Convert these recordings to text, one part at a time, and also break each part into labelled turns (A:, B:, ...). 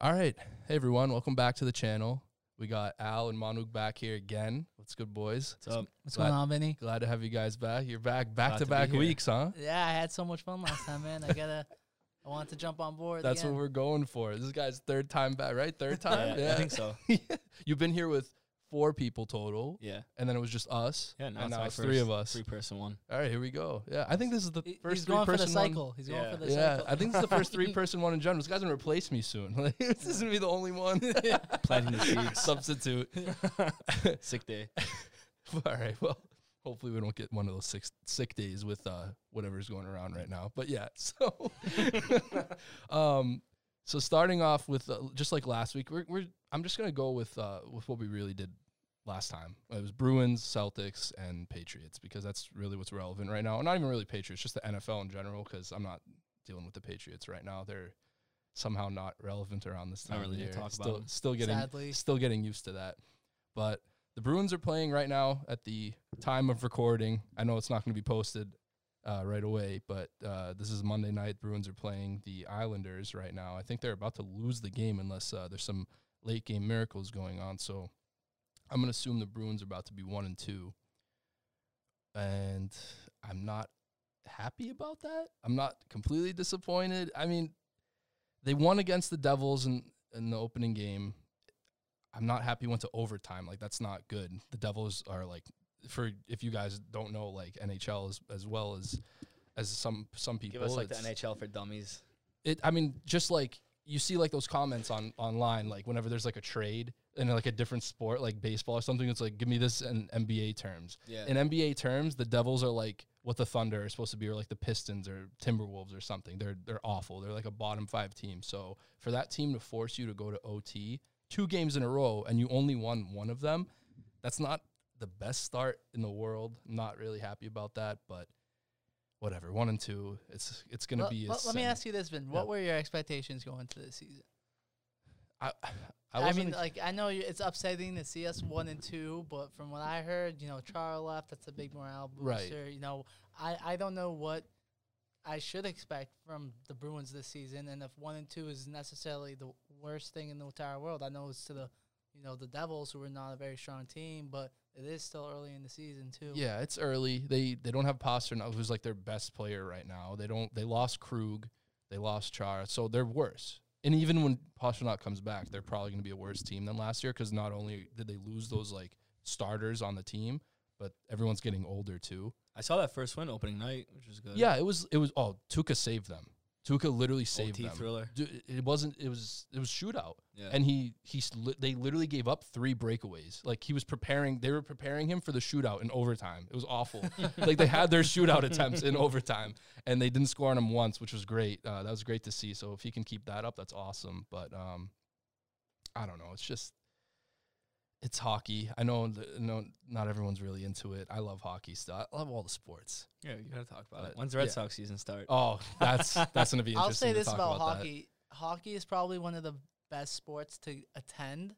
A: All right. Hey, everyone. Welcome back to the channel. We got Al and Manuk back here again. What's good, boys?
B: What's up?
C: What's
A: Glad-
C: going on, Vinny?
A: Glad to have you guys back. You're back back
B: Glad
A: to
B: to be
A: back
B: here.
A: weeks, huh?
C: Yeah, I had so much fun last time, man. I gotta, I want to jump on board.
A: That's what
C: again.
A: we're going for. This guy's third time back, right? Third time?
B: I think so.
A: You've been here with four people total,
B: Yeah.
A: and then it was just us.
B: Yeah. Now
A: and
B: it's,
A: now
B: my
A: it's three of us.
B: Three person one.
A: All right, here we go. Yeah, I think this is the
C: He-
A: first
C: He's
A: three
C: going for the
A: person
C: cycle.
A: One.
C: He's going
B: Yeah.
C: for the
A: Yeah,
C: cycle.
A: I think this is the first three person one in general. This guy's gonna replace me soon. Like, this is gonna be the only one.
B: Planting the seeds.
A: Substitute.
B: Sick day.
A: All right. Well, hopefully we don't get one of those six sick days with uh, whatever's going around right now. But yeah, so um, so starting off with uh, just like last week, we're, we're I'm just gonna go with uh, with what we really did last time. It was Bruins, Celtics, and Patriots because that's really what's relevant right now. Not even really Patriots, just the NFL in general because I'm not dealing with the Patriots right now. They're somehow not relevant around this
B: Not
A: time. of
B: really to
A: year.
B: talk about
A: still,
B: 'em.
A: still getting
C: Sadly.
A: still getting used to that. But the Bruins are playing right now at the time of recording. I know it's not going to be posted uh, right away, but uh, this is Monday night. Bruins are playing the Islanders right now. I think they're about to lose the game unless uh, there's some late game miracles going on. So I'm going to assume the Bruins are about to be one and two. And I'm not happy about that. I'm not completely disappointed. I mean, they won against the Devils in, in the opening game. I'm not happy went to overtime. Like that's not good. The Devils are like for if you guys don't know, like NHL as, as well as as some some people.
B: Give us like the
A: it's-
B: NHL for dummies.
A: it i mean just like you see like those comments on online like whenever there's like a trade in like a different sport like baseball or something it's like give me this in nba terms
B: Yeah.
A: in nba terms the devils are like what the thunder are supposed to be or like the pistons or timberwolves or something they're they're awful they're like a bottom five team so for that team to force you to go to ot two games in a row and you only won one of them that's not the best start in the world not really happy about that but whatever one and two it's it's gonna
C: Let-
A: be a
C: let, let me
A: send-
C: ask you this, Vin. What were your expectations going into this season?
A: I, I,
C: I,
A: wasn't
C: mean,
A: ex-
C: like I know you- it's upsetting to see us one and two, but from what I heard, you know, Char left. That's a big morale
A: Right.
C: booster. You know, I I don't know what I should expect from the Bruins this season, and if one and two is necessarily the worst thing in the entire world, I know it's to the you know the Devils, who are not a very strong team, but it is still early in the season too.
A: yeah, it's early. They they don't have Pasternak, who's like their best player right now. They don't. They lost Krug, they lost Char, so they're worse. And even when Pasternak comes back, they're probably going to be a worse team than last year because not only did they lose those like starters on the team, but everyone's getting older too.
B: I saw that first win opening night, which was good.
A: Yeah, it was it was. Oh, Tuca saved them. Tuca literally saved
B: OT
A: them.
B: thriller.
A: Dude, it wasn't. It was it was shootout.
B: Yeah.
A: and he he s- li- they literally gave up three breakaways. Like he was preparing, they were preparing him for the shootout in overtime. It was awful. like they had their shootout attempts in overtime, and they didn't score on him once, which was great. Uh, that was great to see. So if he can keep that up, that's awesome. But um, I don't know. It's just it's hockey. I know th- no, not everyone's really into it. I love hockey stuff. I love all the sports.
B: yeah, you gotta talk about
A: But,
B: it. When's the Red
A: yeah.
B: Sox season start?
A: Oh, that's that's gonna be. Interesting
C: I'll say
A: to
C: this
A: talk
C: about,
A: that.
C: hockey. Hockey is probably one of the best sports to attend.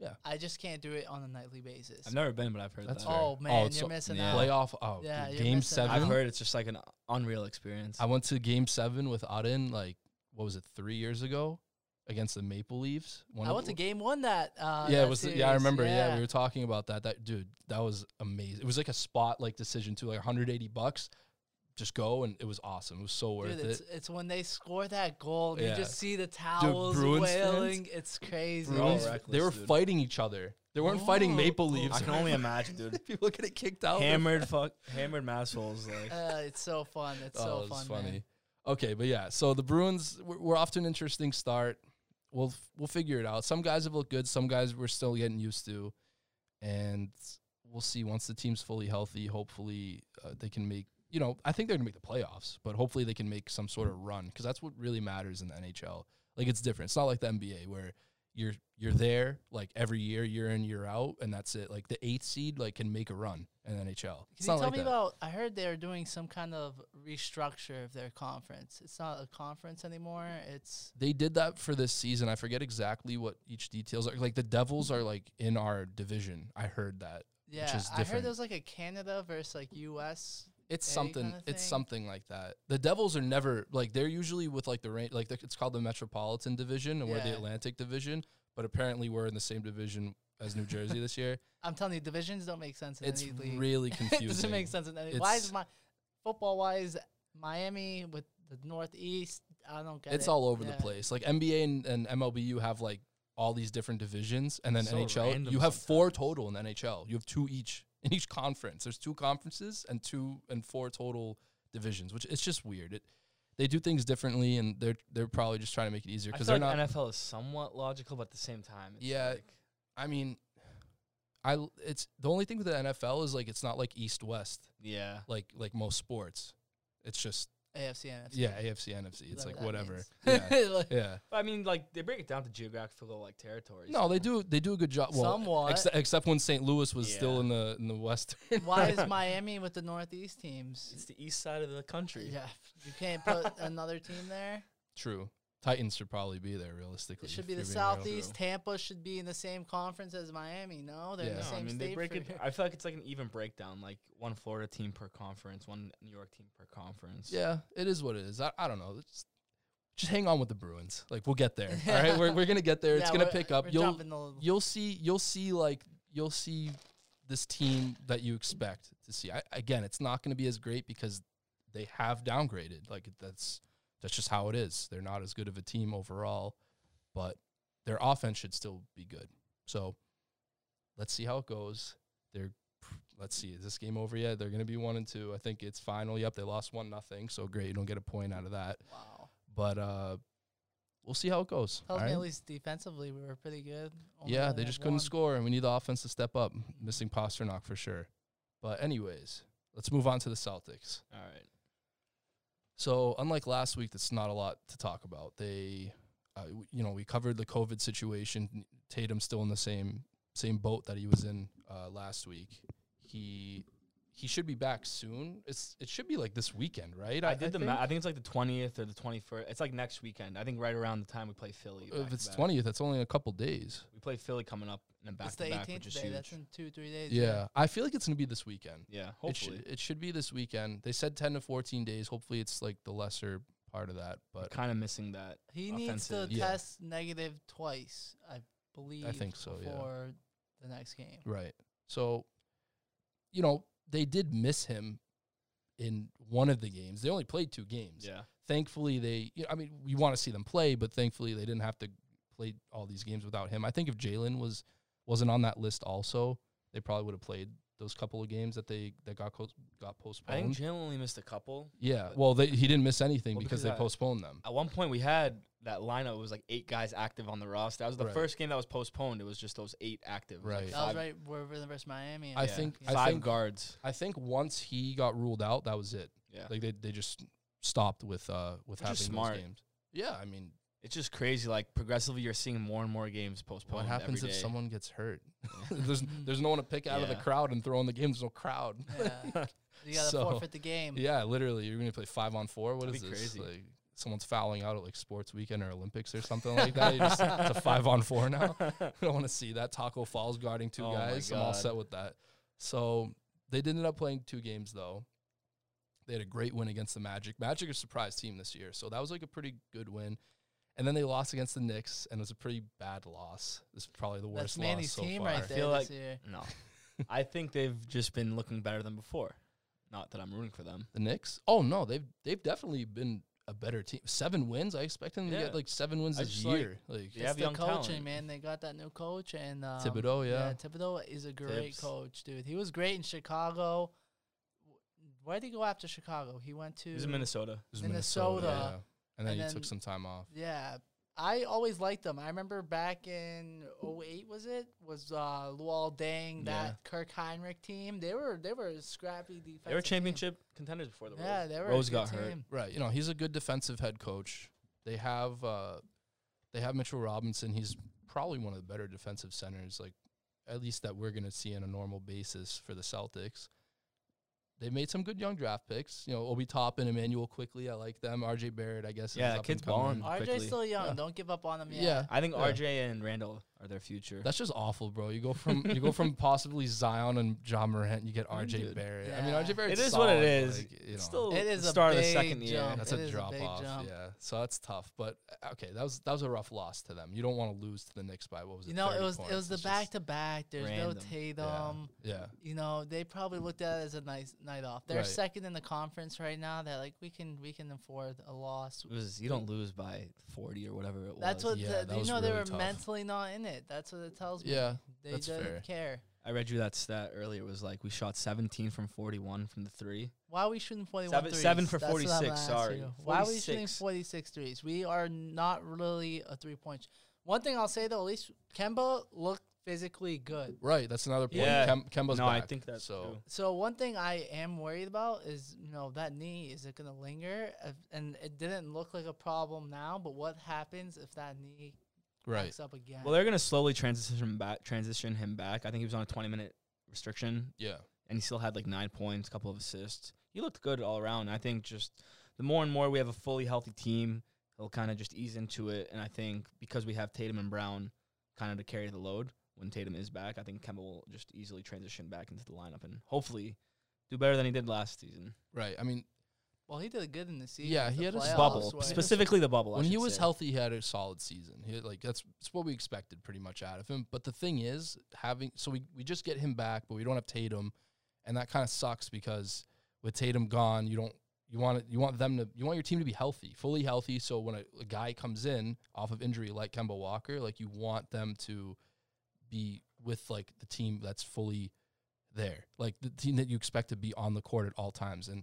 A: Yeah.
C: I just can't do it on a nightly basis.
B: I've never been, but I've heard
A: That's
B: that.
A: fair.
C: Oh man, you're
A: so-
C: missing
B: yeah.
C: out.
A: Playoff. Oh,
C: Yeah,
A: dude,
C: you're
A: game
C: missing out.
A: seven.
B: I've heard it's just like an unreal experience.
A: I went to game seven with Auden, like, what was it, three years ago against the Maple Leaves? One
C: I
A: of-
C: went to game one that. Uh,
A: yeah,
C: that
A: it was yeah, I
C: series.
A: remember. Yeah.
C: Yeah.
A: we were talking about that. That dude, that was amazing. It was like a spot like decision too, like 180 bucks. Just go and it was awesome. It was so worth
C: Dude, it's,
A: it.
C: it's when they score that goal, and
A: Yeah.
C: you just see the towels
A: Bruins fans-
C: wailing. It's crazy.
B: all
A: Bruins,
B: reckless,
A: they were
B: dude.
A: fighting each other. They weren't fighting Maple Leaves.
B: I can only imagine, dude.
A: People getting kicked out. They're
B: hammered fuck hammered massholes like
C: Uh, it's so fun. It's so
A: it was
C: fun. man.
A: Oh, Okay, but yeah, so the Bruins we're, we're off to an interesting start. We'll f- we'll figure it out. Some guys have looked good. Some guys we're still getting used to, and we'll see once the team's fully healthy. Hopefully, uh, they can make. You know, I think they're gonna make the playoffs, but hopefully they can make some sort of run because that's what really matters in the NHL. Like it's different. It's not like the NBA where you're you're there like every year, year in year out, and that's it. Like the eighth seed like can make a run in the NHL.
C: Can
A: it's
C: you
A: not
C: tell
A: like
C: me
A: that.
C: about? I heard they're doing some kind of restructure of their conference. It's not a conference anymore. It's
A: they did that for this season. I forget exactly what each details are. Like the Devils are like in our division. I heard that.
C: yeah.
A: is
C: I heard
A: different.
C: there was like a Canada versus like U.S.
A: It's
C: day
A: something.
C: kinda
A: It's
C: thing?
A: something like that. The Devils are never like they're usually with like the rain. Like the, it's called the Metropolitan Division, and we're the
C: Yeah.
A: Atlantic Division. But apparently, we're in the same division as New Jersey this year.
C: I'm telling you, divisions don't make sense in
A: It's
C: any league.
A: really
C: it
A: confusing.
C: doesn't make sense in any. Why
A: It's-
C: is my football wise Miami with the Northeast? I don't get
A: It's
C: it.
A: all over
C: Yeah.
A: the place. Like NBA and, and MLB, you have like all these different divisions, and then
B: So
A: NHL,
B: random
A: you have four total in NHL. You have two each in each conference. There's two conferences and two and four total divisions, which it's just weird. It they do things differently, and they're they're probably just trying to make it easier
B: I
A: because
B: feel
A: they're
B: like
A: not.
B: NFL is somewhat logical, but at the same time, it's
A: Yeah,
B: like-
A: I mean, I l- it's the only thing with the NFL is like it's not like East West
B: yeah.
A: like like most sports. It's just
C: AFC and NFC.
A: yeah AFC NFC. It's
C: Whatever
A: like
C: that
A: whatever.
C: means.
A: Yeah,
C: Like,
A: yeah.
B: But I mean, like they break it down to geographical like territories.
A: No, they do. They do a good job. Well,
C: Somewhat.
A: Except, except when St. Louis was still
B: Yeah.
A: in the in the Western.
C: Why is Miami with the Northeast teams?
B: It's the east side of the country.
C: Yeah, you can't put another team there.
A: True. Titans should probably be there realistically.
C: It should
A: if
C: be the
A: you're being real.
C: Southeast. Tampa should be in the same conference as Miami. No, they're in
A: Yeah.
C: the
B: No,
C: same
B: I mean
C: state.
B: they break
C: for-
B: it. I feel like it's like an even breakdown, like one Florida team per conference, one New York team per conference.
A: Yeah, it is what it is. I, I don't know. Just, just hang on with the Bruins. Like we'll get there. All right, we're we're gonna get there. it's
C: Yeah,
A: gonna
C: we're-
A: pick up.
C: we're
A: You'll
C: jumping the-
A: you'll see you'll see like you'll see this team that you expect to see. I, again, it's not going to be as great because they have downgraded. Like that's that's just how it is. They're not as good of a team overall, but their offense should still be good. So let's see how it goes. They're let's see is this game over yet? They're going to be one and two. I think it's final. Yep, they lost one nothing. So great, you don't get a point out of that.
C: wow.
A: But uh we'll see how it goes. all
C: Tells me
A: right?
C: at least defensively we were pretty good. Only
A: Yeah,
C: letting
A: they
C: up
A: just couldn't
C: one.
A: score, and we need the offense to step up. Missing Pasternak for sure. But anyways, let's move on to the Celtics.
B: All right.
A: So unlike last week, that's not a lot to talk about. They, uh, w- you know, we covered the COVID situation. Tatum's still in the same same boat that he was in uh, last week. He he should be back soon. It's it should be like this weekend, right?
B: I did the.
A: think.
B: Ma- I think it's like the twentieth or the twenty first. It's like next weekend. I think right around the time we play Philly.
A: If it's
B: back-to-back.
A: twentieth, that's only a couple days.
B: we play Philly coming up and back
C: It's
B: to
C: the
B: back, which
C: 18th
B: is
C: day.
B: huge.
C: That's in two, three days.
A: Yeah, I feel like it's gonna be this weekend.
B: yeah,
A: It
B: hopefully.
A: should, it should be this weekend. They said 10 to 14 days. Hopefully, it's like the lesser part of that. But
B: kind of missing that.
C: He needs to
B: Offensive.
A: Yeah.
C: test negative twice, I believe.
A: think so, yeah.
C: Before the next game.
A: right. So, you know, they did miss him in one of the games. They only played two games.
B: Yeah,
A: Thankfully, they, you know, I mean, we want to see them play, but thankfully, they didn't have to play all these games without him. I think if Jalen was wasn't on that list, also, they probably would have played those couple of games that they that got co- got
B: I think
A: postponed.
B: Jalen only missed a couple.
A: yeah. Well, they, he didn't miss anything
B: Well,
A: because,
B: because
A: they
B: I-
A: postponed them.
B: At one point, we had that lineup. It was like eight guys active on the roster. That was the
A: Right.
B: first game that was postponed. It was just those eight active. It was, like,
A: Right.
C: That was
B: five-
C: right. We're versus Miami.
A: I
B: yeah,
A: think- I
B: five
A: think-
B: guards.
A: I think once he got ruled out, that was it.
B: Yeah,
A: Like they, they just stopped with uh with
B: Which
A: having
B: is smart.
A: those games. Yeah, I mean,
B: it's just crazy. Like progressively, you're seeing more and more games postponed.
A: what happens
B: every
A: if
B: day.
A: someone gets hurt? there's there's no one to pick out of the
B: Yeah.
A: crowd and throw in the game. There's no crowd.
C: Yeah. you gotta
A: So-
C: forfeit the game.
A: yeah, literally, you're gonna play five on four. What
B: That'd
A: is
B: be
A: this?
B: crazy.
A: Like someone's fouling out at like sports weekend or Olympics or something like that. You just, it's a five on four now. I don't want to see that. Taco Falls guarding two
B: Oh my
A: guys. I'm all
B: God.
A: set with that. So they did end up playing two games though. They had a great win against the Magic. Magic are a surprise team this year, so that was like a pretty good win. And then they lost against the Knicks, and it was a pretty bad loss. This is probably the worst
C: That's Manny's
A: loss so
C: team
A: far.
C: right
B: I
C: there
B: feel
C: this
B: like-
C: year.
B: No, I think they've just been looking better than before. Not that I'm rooting for them.
A: The Knicks? Oh no, they've they've definitely been a better team. Seven wins. I expect them to
B: Yeah.
A: get like seven wins
B: I
A: this
B: just, like,
A: year. Like
B: They have
C: it's the
B: young
C: coaching,
B: talent.
C: man. They got that new coach and um,
A: Thibodeau, yeah.
C: Thibodeau is a great
B: Tibbs.
C: coach, dude. He was great in Chicago. Where would he go after Chicago? He went to
B: He's in Minnesota.
A: it was
C: Minnesota.
A: yeah. And then
C: And
A: he
C: then-
A: took some time off.
C: Yeah. I always liked them. I remember back in 08, was it? Was uh, Luol Deng, that Kirk Heinrich team. They were they were a scrappy defense.
B: They were championship contenders before the Rose.
C: Yeah, they were
B: Rose
C: a good
B: got
C: team.
B: hurt.
A: Right. You know, he's a good defensive head coach. They have uh they have Mitchell Robinson. He's probably one of the better defensive centers, like at least that we're gonna see on a normal basis for the Celtics. They made some good young draft picks. You know, Obi Toppin, Emmanuel quickly, I like them. RJ Barrett, I guess. is
B: Yeah,
A: up
B: that kid's
A: and coming.
B: balling.
C: RJ's
B: Quickly.
C: still young.
A: Yeah.
C: Don't give up on him yet.
A: Yeah.
B: I think
A: Yeah.
B: RJ and Randall or their future.
A: That's just awful, bro. You go from you go from possibly Zion and John Morant, you get RJ
B: Dude.
A: Barrett. I mean, RJ
C: Yeah.
A: Barrett's
B: It is what it
A: solid,
B: is.
A: like, you
B: It's
A: know.
B: still
C: It is a
B: start of the
C: big
B: second year.
C: jump.
A: That's
C: It
A: a
C: is a
A: drop
C: big
A: off.
C: jump.
A: Yeah. So that's tough. But uh, okay, that was that was a rough loss to them. You don't want to lose to the Knicks by what was it?
C: You know, it
A: 30
C: was
A: points.
C: it was the
A: It's just-
C: back to um. back. There's
B: Random.
C: no
B: Yeah.
C: Tatum.
A: Yeah.
C: You know, they probably looked at it as a nice night off. They're
A: Right.
C: second in the conference right now. That like we can we can afford a loss.
B: It was you don't lose by forty or whatever it was.
C: That's what
A: Yeah,
C: the,
A: that
C: you
A: was
C: know they
A: really
C: were
A: tough.
C: mentally not in it. That's what it tells me.
A: Yeah,
C: they
A: that's
C: didn't
A: fair.
C: care.
B: I read you that stat earlier. Was like we shot seventeen from forty-one from the three.
C: Why are we shooting 41
B: Seven-
C: threes?
B: seven for
C: That's what I'm
B: 46,
C: gonna ask
B: sorry.
C: you. Why are we shooting
B: 46.
C: 46 threes? We are not really a three point. Sh- One thing I'll say though, at least Kemba looked physically good.
A: Right. That's another point.
B: Yeah.
A: Kem- Kemba's
B: no,
A: back.
B: I think that's
A: so.
B: true.
C: So one thing I am worried about is you know that knee is it going to linger? If- And it didn't look like a problem now, but what happens if that knee
A: Right.
C: backs up again?
B: Well, they're gonna slowly transition him back. Transition him back. I think he was on a twenty-minute restriction,
A: Yeah.
B: and he still had like nine points, a couple of assists. He looked good all around. I think just the more and more we have a fully healthy team, he'll kind of just ease into it. And I think because we have Tatum and Brown kind of to carry the load when Tatum is back, I think Kemba will just easily transition back into the lineup and hopefully do better than he did last season.
A: Right. I mean,
C: well, he did good in the season.
A: Yeah,
C: with
A: he
C: the
A: had his
C: playoffs,
B: bubble,
C: right?
B: specifically the bubble. I
A: when he
B: should
A: was
B: say.
A: healthy, he had a solid season. He had, like that's, that's what we expected pretty much out of him. But the thing is, having so we, we just get him back, but we don't have Tatum, and that kind of sucks because with Tatum gone, you don't you want it, you want them to you want your team to be healthy, fully healthy. So when a, a guy comes in off of injury like Kemba Walker, like you want them to be with like the team that's fully there, like the team that you expect to be on the court at all times. And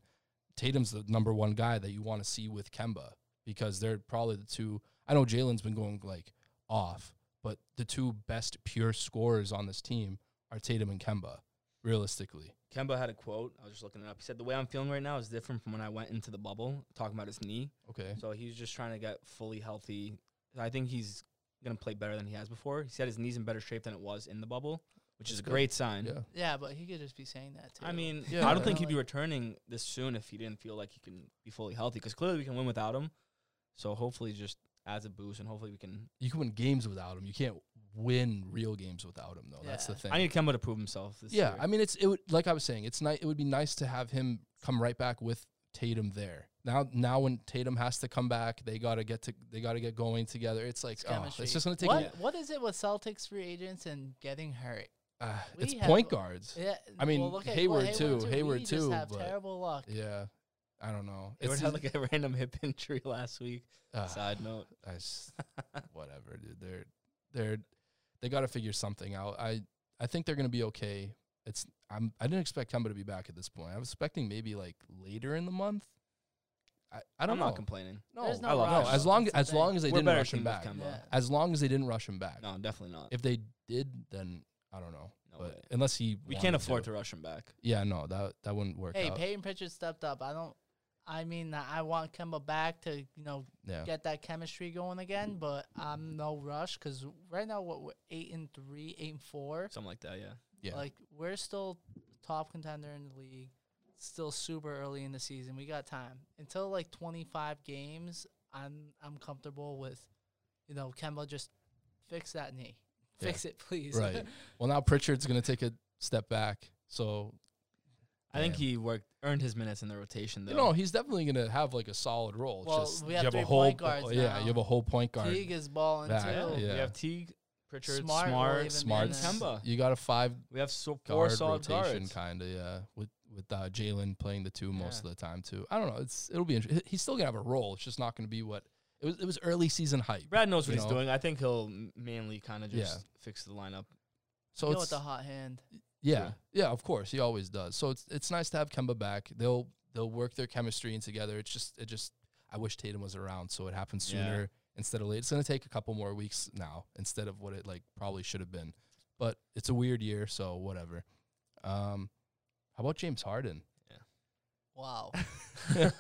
A: Tatum's the number one guy that you want to see with Kemba because they're probably the two. I know Jalen's been going like off, but the two best pure scorers on this team are Tatum and Kemba, realistically.
B: Kemba had a quote. I was just looking it up. He said, "The way I'm feeling right now is different from when I went into the bubble, talking about his knee.
A: Okay.
B: So he's just trying to get fully healthy. I think he's gonna play better than he has before. He said his knee's in better shape than it was in the bubble, which is a
A: That's good.
B: great sign.
A: Yeah.
C: Yeah, but he could just be saying that too.
B: I mean,
A: Yeah.
B: I don't think he'd be
C: Like-
B: returning this soon if he didn't feel like he can be fully healthy. Because clearly we can win without him. So hopefully, it just adds a boost, and hopefully we can.
A: You can win games without him. You can't win real games without him, though. That's the
C: Yeah.
A: thing.
B: I need Kemba to prove himself. This
A: yeah,
B: year.
A: I mean, it's it would, like I was saying, it's nice. It would be nice to have him come right back with Tatum there. Now, now when Tatum has to come back, they gotta get to they gotta get going together. It's like
C: It's
A: oh,
C: chemistry.
A: it's just gonna take.
C: what
A: A,
C: what is it with Celtics free agents and getting hurt?
A: uh,
C: We
A: it's
C: have-
A: point guards.
C: Yeah,
A: I mean,
C: look at-
A: Hayward too,
C: we
A: Hayward
C: Just
A: too,
C: have
A: but-
C: terrible luck.
A: Yeah, I don't know.
B: Hayward
A: It's
B: had
A: just-
B: like a random hip injury last week.
A: uh,
B: Side note.
A: I s- whatever, dude. They're they're they got to figure something out. I I think they're gonna be okay. It's I'm I didn't expect Kemba to be back at this point. I was expecting maybe like later in the month. I I
B: I
A: don't
B: am
A: know.
B: not complaining.
A: no,
C: There's
B: I
C: no
B: love
A: no.
C: rush.
B: Rush.
A: As long
C: That's
A: as
C: the thing.
A: long as they
B: We're
A: didn't
B: better
A: rush
B: team
A: him
B: with
A: back.
B: Kemba.
C: Yeah.
A: As long as they didn't rush him back.
B: No, definitely not.
A: If they did, then I don't know.
B: No
A: but
B: way.
A: unless he,
B: we
A: wanted
B: can't afford to rush him back.
A: Yeah, no, that that wouldn't work
C: Hey,
A: out.
C: Peyton Pritchard stepped up. I don't. I mean, I want Kemba back to you know
A: yeah, Mm-hmm.
C: get that chemistry going again, but I'm no rush because right now what we're eight and three, eight and four.
B: Something like that, yeah.
A: yeah.
C: Like we're still top contender in the league. Still super early in the season. We got time until like 25 games. I'm I'm comfortable with, you know, Kemba just fix that knee,
A: Yeah.
C: fix it, please.
A: Right. well, now Pritchard's gonna take a step back. So
B: I think
A: Damn.
B: he worked earned his minutes in the rotation though.
A: You know, he's definitely going to have like a solid role. It's
C: Well,
A: just,
C: we have
A: you have
C: three
A: a whole
C: point
A: po-
C: guards
A: yeah,
C: now.
A: you have a whole point guard.
C: Teague is balling
A: Back.
B: yeah.
C: too.
A: Yeah.
B: We have Teague, Pritchard,
C: Smart
B: Smart.
C: will even
A: Smart.
C: Jimenez.
B: Kemba.
A: You got a five
B: We have so four
A: guard
B: solid
A: rotation
B: guards.
A: kind of yeah, with with uh, Jalen playing the two most
B: Yeah.
A: of the time too. I don't know. It's it'll be interesting. He's still going to have a role. It's just not going to be what it was. It was early season hype.
B: Brad knows what
A: you
B: he's
A: know?
B: doing. I think he'll m- mainly kind of
A: Yeah.
B: just fix the lineup.
A: So
C: You know,
A: it's
C: with the hot hand.
A: yeah, yeah. Of course, he always does. So it's it's nice to have Kemba back. They'll they'll work their chemistry in together. It's just it just I wish Tatum was around so it happens
B: Yeah.
A: sooner instead of late. It's going to take a couple more weeks now instead of what it like probably should have been. But it's a weird year, so whatever. Um, how about James Harden?
B: Yeah.
C: Wow.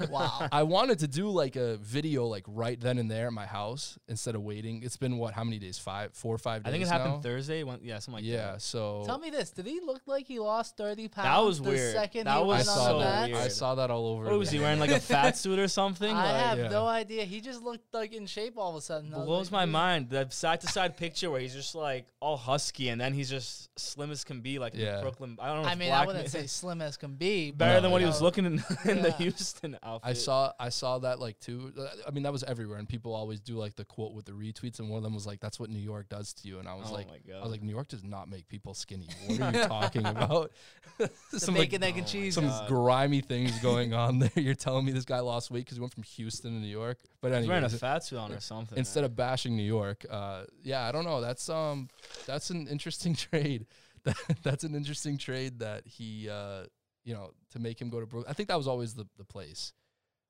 C: wow.
A: I wanted to do like a video like right then and there at my house instead of waiting. It's been what? How many days? Five, four or five days.
B: I think it
A: now?
B: happened Thursday. When, yeah, something like
A: yeah.
B: that.
A: So
C: Tell me this: Did he look like he lost thirty pounds?
B: Oh. was
C: the
B: weird.
C: Second
B: That
C: he
A: I
B: was
C: went on
A: saw
C: the
B: so
A: that.
C: mat?
B: weird.
A: I saw that all over.
B: What was he
A: again.
B: wearing? Like a fat suit or something?
C: I
B: like,
C: have
A: yeah.
C: no idea. He just looked like in shape all of a sudden. I was
B: blows
C: like,
B: my mind.
C: dude,
B: The side to side picture where he's just like all husky and then he's just slim as can be, like
A: Yeah.
B: in Brooklyn. I don't know.
C: I
B: if
C: mean, I
B: black
C: wouldn't
B: ma-
C: say slim as can be. but,
B: better
A: No,
B: than what he
C: you
B: was
C: know,
B: looking in, in the
C: Yeah.
B: Houston outfit.
A: I saw I saw that like too. Uh, I mean that was everywhere, and people always do like the quote with the retweets, and one of them was like, "That's what New York does to you," and I was
B: Oh
A: like,
B: my
A: "I
B: god!
A: was like, New York does not make people skinny. What are you talking about?"
C: The
A: some like,
C: bacon, egg, and
B: oh my
C: cheese.
A: some
B: God.
A: grimy things going on there. You're telling me this guy lost weight because he went from Houston to New York, but
B: he's wearing a
A: anyway,
B: fat suit on or something.
A: instead of bashing New York, uh, yeah, I don't know. That's um, that's an interesting trade. That, that's an interesting trade that he, uh, you know, to make him go to Brooklyn. I think that was always the the place.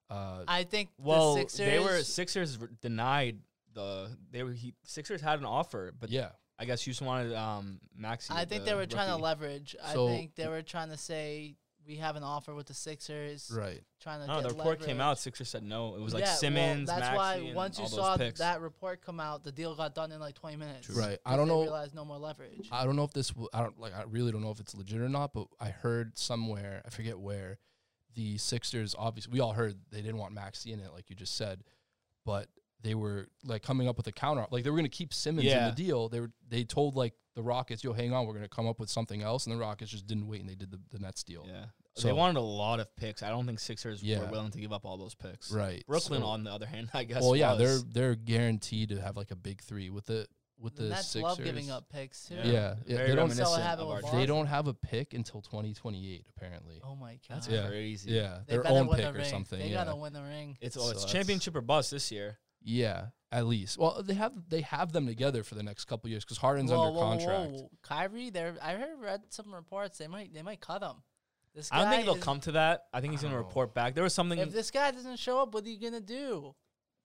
A: Uh,
C: I think
B: well,
C: the Sixers.
B: they were Sixers r- denied the they were he, Sixers had an offer, but
A: yeah,
B: I guess Houston wanted um Maxi.
C: I think they were trying to
B: let
C: leverage.
A: So-
C: I think they were trying to say we have an offer with the Sixers.
A: right.
C: Trying to
B: No,
C: get
B: the report came
C: leverage.
B: out. Sixers said no. It was like
C: Yeah, well,
B: Simmons.
C: that's
B: Maxey,
C: why
B: and
C: once you
B: all those
C: saw
B: picks.
C: that report come out, the deal got done in like 20 minutes.
A: Right. I
C: 'cause
A: don't
C: they
A: know-
C: Realized no more leverage.
A: I don't know if this. W- I don't like. I really don't know if it's legit or not. But I heard somewhere. I forget where. The Sixers, obviously, we all heard they didn't want Maxi in it, like you just said. But they were like coming up with a counter. Like they were going to keep Simmons
B: Yeah.
A: in the deal. They were. They told like the Rockets, "Yo, hang on, we're going to come up with something else." And the Rockets just didn't wait, and they did the, the Nets deal.
B: Yeah. they
A: So-
B: wanted a lot of picks. I don't think Sixers
A: Yeah.
B: were willing to give up all those picks.
A: Right.
B: Brooklyn,
A: So-
B: on the other hand, I guess.
A: Well, yeah,
B: was.
A: they're they're guaranteed to have like a big three with the with the,
C: the Nets
A: Sixers.
C: love giving up picks too.
A: Yeah. yeah, they
B: Very
A: don't-
B: reminiscent
C: So what happened
B: of
C: with
B: our-
C: Boston?
A: They don't have a pick until twenty twenty eight, apparently.
C: Oh my god.
B: That's
A: Yeah.
B: crazy.
A: Yeah,
C: They
A: their
C: better
A: own
C: win
A: pick
C: the
A: or
C: ring.
A: something.
C: They
A: yeah.
C: gotta win the ring.
B: It's oh,
A: So
B: it's
A: that's-
B: championship or bust this year.
A: Yeah, at least. Well, they have they have them together for the next couple years because Harden's
C: Whoa,
A: under
C: whoa,
A: contract.
C: Whoa. Kyrie, there. I heard read some reports. They might they might cut him. This
B: I don't
C: guy
B: think they'll
C: is-
B: come to that. I think he's
A: I don't
B: going to
A: know.
B: report back. There was something
C: If this guy doesn't show up, what are you gonna do?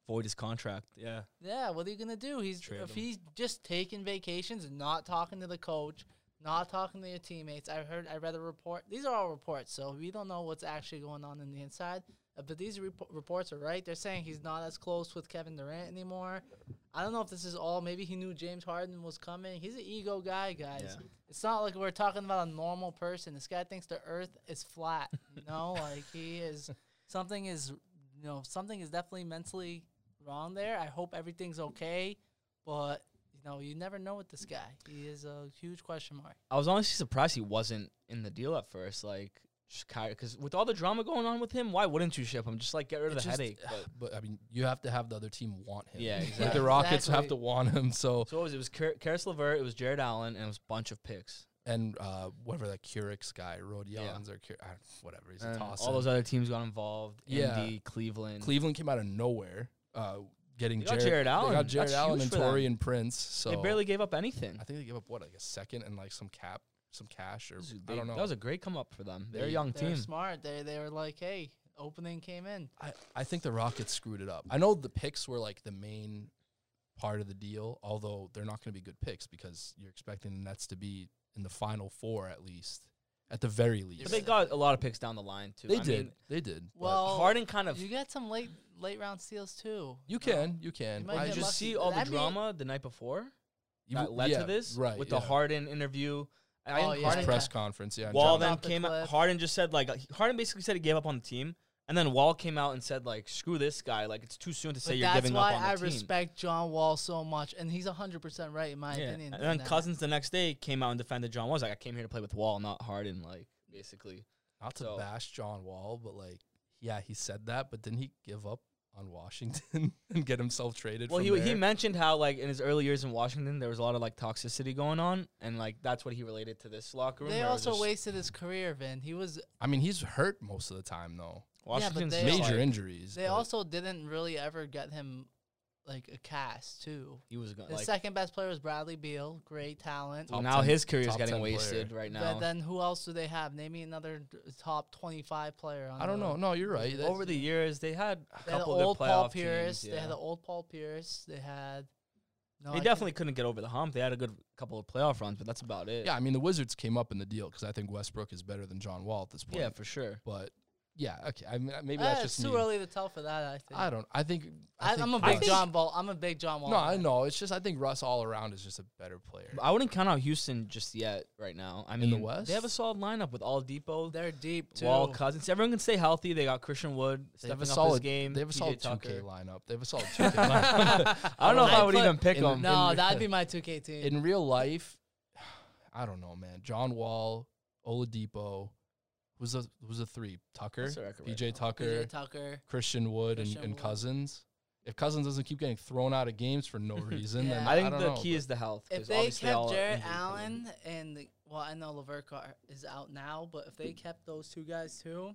B: void his contract. Yeah.
C: Yeah, what are you gonna do? He's
B: Trade
C: if
B: him.
C: he's just taking vacations and not talking to the coach, not talking to your teammates. I heard I read a report. These are all reports, so we don't know what's actually going on in the inside. Uh, But these repo- reports are right. They're saying he's not as close with Kevin Durant anymore. I don't know if this is all. Maybe he knew James Harden was coming. He's an ego guy, guys.
B: Yeah.
C: It's not like we're talking about a normal person. This guy thinks the Earth is flat. You know, like he is. Something is, you know, something is definitely mentally wrong there. I hope everything's okay, but you know, you never know with this guy. He is a huge question mark.
B: I was honestly surprised he wasn't in the deal at first. Like, because with all the drama going on with him, why wouldn't you ship him? Just like get rid of
A: It's
B: the
A: just-
B: headache. But
A: But I mean, you have to have the other team want him.
B: Yeah,
A: Like,
B: exactly.
A: the Rockets have
C: Exactly.
A: to want him. So
B: so what was it? It was Ker- Karis LeVert, it was Jared Allen, and it was a bunch of picks.
A: and uh, whatever that Curix guy, Rodions or Cur- I don't, whatever, he's a
B: And
A: toss.
B: Uh, all those other teams got involved.
A: Yeah.
B: Indy, Cleveland.
A: Cleveland came out of nowhere, uh, getting
B: They got Jared
A: Jared,
B: Allen.
A: They got Jared
B: That's
A: Allen
B: huge
A: and
B: for them.
A: Torrey and Prince. So
B: they barely gave up anything.
A: I think they gave up what like a second and like some cap, some cash or
B: This is-
A: I
B: they-
A: don't know.
B: That was a great come up for them. They're a
A: They-
B: young
C: They're
B: team.
C: smart. They they were like, hey, opening came in.
A: I, I think the Rockets screwed it up. I know the picks were like the main part of the deal, although they're not going to be good picks because you're expecting the Nets to be in the final four at least, at the very least.
B: But they got a lot of picks down the line too.
A: They
B: I
A: did.
B: mean,
A: they did. but
C: Well,
B: Harden kind of.
C: You
B: You,
C: got some late late round steals too. Um,
A: you
C: know?
A: can, you can.
C: You might
A: I
C: get
B: just
C: lucky.
B: see all the
C: I mean-
B: drama the night before
A: you-
B: that led
A: yeah,
B: to this
A: right
B: with
A: yeah.
B: the Harden interview. And I think
C: Oh, yeah.
A: His
B: Harden,
A: press conference. Yeah,
B: Wall
A: John-
B: then
C: Off the
B: came out.
C: cliff.
B: Harden just said like Harden basically said he gave up on the team, and then Wall came out and said like screw this guy. Like it's too soon to say
C: But
B: you're
C: that's
B: giving up
C: why
B: on the
C: I
B: team.
C: respect John Wall so much, and he's hundred percent right in my
B: yeah.
C: opinion.
B: And
C: in
B: then
C: that.
B: Cousins the next day came out and defended John Wall. He's like I came here to play with Wall, not Harden. Like basically.
A: not to
B: so-
A: bash John Wall, but like, yeah, he said that, but didn't he give up on Washington and get himself traded?
B: Well,
A: from
B: he he
A: there?
B: mentioned how like in his early years in Washington there was a lot of like toxicity going on, and like that's what he related to this locker room.
C: They
B: where it was
C: also
B: just-
C: wasted his career, Vin. He was.
A: I mean, he's hurt most of the time though.
B: Washington's
C: they-
B: just,
A: Major
B: like-
A: injuries.
C: They
A: but-
C: also didn't really ever get him like a cast too.
B: He was going
C: The
B: like
C: second best player was Bradley Beal. Great talent.
B: well,
A: Top
B: now
A: 10
B: his career is
A: top
B: getting
A: 10 player.
B: wasted right
C: But
B: now.
C: then who else do they have? Name me another d- top twenty-five player. On
A: I don't
C: the-
A: know. No, you're right. That's-
B: Over the years, they had a
C: They had the
B: couple of
C: old
B: their
C: Paul
B: playoff
C: Pierce.
B: teams.
C: They
B: yeah.
C: had the old Paul Pierce. They had. No, I
B: they
C: can't-
B: definitely couldn't get over the hump. They had a good couple of playoff runs, but that's about it.
A: Yeah, I mean the Wizards came up in the deal because I think Westbrook is better than John Wall at this point.
B: yeah, for sure.
A: but yeah, okay. I mean, maybe
C: Eh,
A: that's
C: it's
A: just
C: too
A: me.
C: early to tell for that. I think.
A: I don't. I think.
C: I,
A: think
C: am a
A: Russ-
C: big John Ball. I'm a big John Wall.
A: No, I
C: fan.
A: know. It's just I think Russ all around is just a better player.
B: I wouldn't count out Houston just yet. Right now, I
A: the
B: mean,
A: West?
B: they have a solid lineup with All Depot,
C: They're deep too.
B: Wall, Cousins. Everyone can stay healthy. They got Christian Wood
A: They have
B: stepping
A: a
B: up his
A: solid
B: game.
A: They have a
B: PJ
A: solid two K
B: Tucker.
A: lineup. They have a solid two K lineup.
B: I don't know if I
C: I'd
B: would
C: put-
B: even pick
A: in-
B: them.
C: no,
A: in-
C: that'd be my 2K team.
A: In real life, I don't know, man. John Wall, Oladipo, was a was a three Tucker,
B: That's a record right
A: PJ
B: now.
A: Tucker,
C: PJ Tucker.
A: Christian Wood,
C: Christian
A: and, and
C: Wood.
A: Cousins. If Cousins doesn't keep getting thrown out of games for no reason, then
C: Yeah.
B: I think
A: don't
B: the
A: know,
B: key
A: but
B: is the health.
C: If
B: 'cause
C: they
B: obviously all
C: kept
B: are
C: Jared
B: injury-prone.
C: Allen and the, well, I know Levert Car- is out now, but if they kept those two guys too,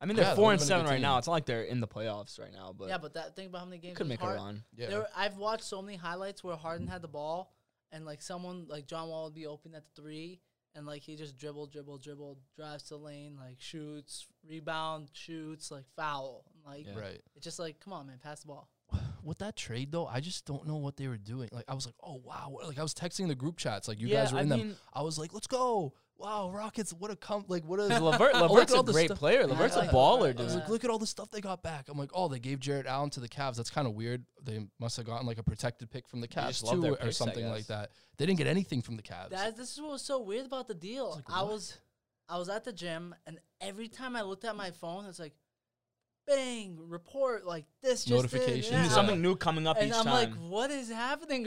B: I mean,
A: Yeah,
B: they're
A: that
B: four
A: would've
B: and
A: been a
B: seven
A: good
B: right now.
A: team.
B: It's not like they're in the playoffs right now, but
C: yeah. But that think about how many games
B: could
C: was
B: make a
C: Har-
B: run.
A: yeah.
C: There, I've watched so many highlights where Harden had the ball, and like someone like John Wall would be open at the three, and like he just dribbled, dribbled, dribbled, drives to the lane, like shoots, rebound, shoots, like foul, like
B: Yeah.
A: right.
C: it's just like come on, man, pass the ball.
A: With that trade though, I just don't know what they were doing. Like I was like, oh wow, like I was texting the group chats, like you
B: Yeah,
A: guys were
B: I
A: in them.
B: mean-
A: I was like, let's go. Wow, Rockets, what a come like what a
B: Levert,
A: look
B: Levert's
A: at
B: a
A: all the
B: great
A: stuff-
B: player.
C: Yeah, I
B: Levert's a
C: like
B: baller,
C: Levert.
A: I was
B: dude.
A: like, look at all the stuff they got back. I'm like, oh, they gave Jared Allen to the Cavs. That's kind of weird. They must have gotten like a protected pick from the
B: just
A: Cavs
B: love their
A: too, or
B: picks, I
A: something like
B: guess.
A: that. They didn't get anything from the Cavs.
C: That this is what was so weird about the deal.
A: like,
C: I
A: what?
C: was, I was at the gym, and every time I looked at my phone, it's like, bang, report like this just did,
A: Notifications,
C: yeah.
A: yeah.
B: Something new coming up
C: And
B: each
C: I'm
B: time.
C: like, what is happening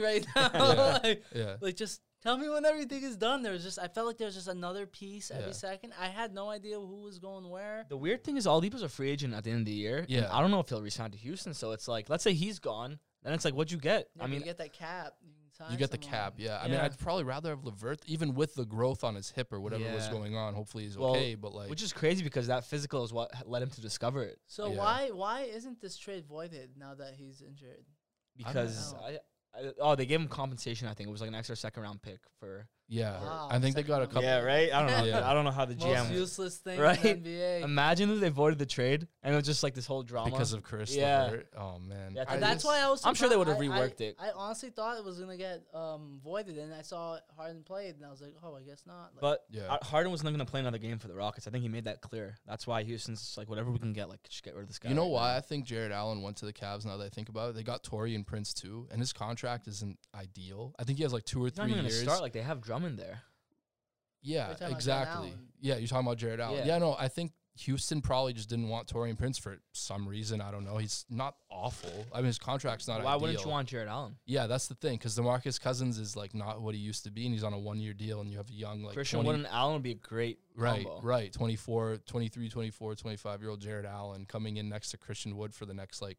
C: right now?
A: Yeah.
C: like,
A: yeah,
C: like just tell me when everything is done. There was just I felt like there was just another piece every
A: Yeah.
C: second. I had no idea who was going where.
B: the weird thing is, Oladipo's a free agent at the end of the year. and
A: Yeah.
B: I don't know if he'll resign to Houston. So it's like, let's say he's gone, then it's like, what'd you get?
C: Yeah,
B: I
C: but
B: mean,
C: you get that cap. You, can sign
A: you get the
C: someone.
A: cap. Yeah. I mean,
B: Yeah.
A: I'd probably rather have Levert, even with the growth on his hip or whatever was
B: Yeah.
A: going on. Hopefully, he's
B: Well,
A: okay. But like,
B: which is crazy because that physical is what led him to discover it.
C: So
A: Yeah.
C: why why isn't this trade voided now that he's injured?
A: don't
B: Because
C: know.
B: I, I, oh, they gave him compensation. I think it was like an extra second round pick for.
A: yeah,
C: Wow,
A: I think they
C: second
A: got a
C: round.
A: couple.
C: Yeah, right? I don't know.
A: Yeah. I
B: don't know how the
C: Most useless thing
B: Right?
C: in the NBA.
B: Imagine that they voided the trade and it was just like this whole drama
A: because of Chris
B: Yeah.
A: Levert. Oh man,
B: Yeah,
A: I
C: And that's
A: just-
C: why I was.
B: I'm sure they
C: surprised-
B: would've
C: I- I-
B: reworked it.
C: I honestly thought it was gonna get um, voided, and I saw Harden played, and I was like, "Oh, I guess not." Like,
B: But
A: Yeah.
B: Har- Harden was not going to play another game for the Rockets. I think he made that clear. That's why Houston's just like whatever we can get, like just get rid of this guy.
A: You know
B: right
A: why
B: now.
A: I think Jared Allen went to the Cavs? Now that I think about it, they got Torrey and Prince too, and his contract isn't ideal. I think he has like two or
B: He's not
A: three
B: even going to
A: years.
B: start. Like they have Drummond there.
A: Yeah,
C: talking about Jared
A: exactly.
C: Allen.
A: Yeah, you're talking about Jared Allen.
B: Yeah.
A: Yeah. no, I think Houston probably just didn't want Torian Prince for some reason. I don't know. He's not awful. I mean, his contract's not.
B: why
A: ideal.
B: wouldn't you want Jared Allen?
A: Yeah, that's the thing because Demarcus Cousins is like not what he used to be, and he's on a one-year deal, and you have a young like
B: Christian
A: 20
B: Wood and Allen would be a great
A: Right,
B: combo.
A: right. 24, 23, 24, 25 year old Jared Allen coming in next to Christian Wood for the next like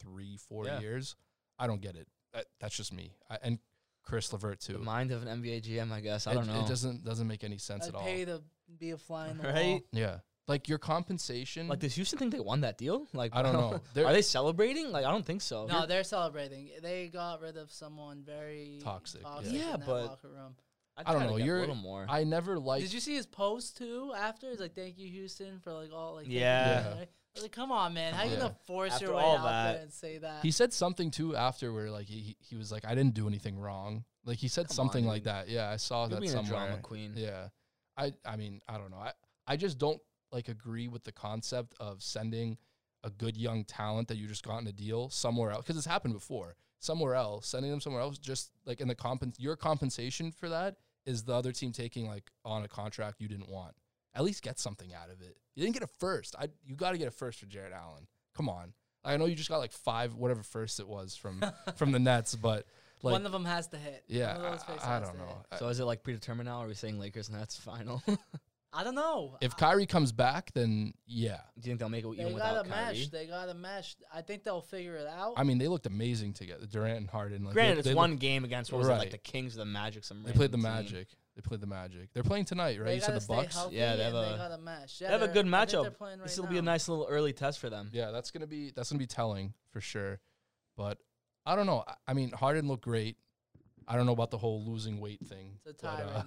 A: three, four
B: Yeah.
A: years. I don't get it. That, that's just me. I, and Chris Levert
B: The
A: too.
B: mind of an NBA GM, I guess. I
A: it,
B: don't know.
A: It doesn't doesn't make any sense
C: I'd
A: at all.
C: pay to be a fly in the
B: Right?
C: wall.
A: Yeah, like your compensation.
B: like does Houston think they won that deal? Like
A: I don't know. They're-
B: Are they celebrating? Like I don't think so.
C: No, they're celebrating. They got rid of someone very
A: Toxic, yeah.
B: Yeah,
C: in that
B: but-
C: locker room.
B: I'd
A: I don't
B: try to
A: know.
B: get
A: You're-
B: a little more.
A: I never liked.
C: Did you see his post too? After it's like, "Thank you, Houston, for like all like." thank you,
B: Yeah.
C: Houston," right? I was like, "Come on, man! How you
A: Yeah.
C: gonna force
B: After
C: your way
B: all
C: out
B: that,
C: there and say that?"
A: he said something too after where like he he- he was like I didn't do anything wrong. Like he said
B: Come on,
A: something like
B: dude.
A: that. Yeah, I saw
B: You're
A: that
B: being a
A: somewhere.
B: drama queen.
A: Yeah. I I mean, I don't know. I, I just don't like agree with the concept of sending a good young talent that you just got in a deal somewhere else because it's happened before. Somewhere else, sending them somewhere else, just like in the compens your compensation for that is the other team taking like on a contract you didn't want. At least get something out of it. You didn't get a first. I you got to get a first for Jared Allen. Come on. I know you just got like five whatever first it was from from the Nets, but like
C: One of them has to hit.
A: yeah,
C: One of those
A: I-
C: faces
A: I,
C: has
A: don't
C: to
A: know.
C: hit.
A: I-
B: So is it like predetermined now? Are we saying Lakers and that's final? Do
C: I don't know.
A: if Kyrie comes back, then yeah,
B: you think they'll make it
C: they
B: even
C: got
B: without
C: a
B: Kyrie?
C: mesh. They got a mesh. I think they'll figure it out.
A: I mean, they looked amazing together. Durant and Harden. Like,
B: Granted,
A: they,
B: it's
A: they
B: one game against what was it, like
A: Right.
B: the Kings, or the Magic, some.
A: looked- they played the
B: random team.
A: Magic. They played the Magic. They're playing tonight, right?
C: they
A: you
C: gotta
A: said the
C: stay
A: Bucks.
C: healthy.
B: Yeah, they have
C: and
B: a-
C: they got a mesh. Yeah,
B: they have a
C: they're-
B: good
C: I think they're
B: matchup.
C: playing
B: this
C: right
B: will be a
C: now.
B: nice little early test for them.
A: Yeah, that's gonna be that's gonna be telling for sure. But I don't know. I, I mean, Harden looked great. I don't know about the whole losing weight thing.
C: It's a
A: but,
C: tie
A: uh,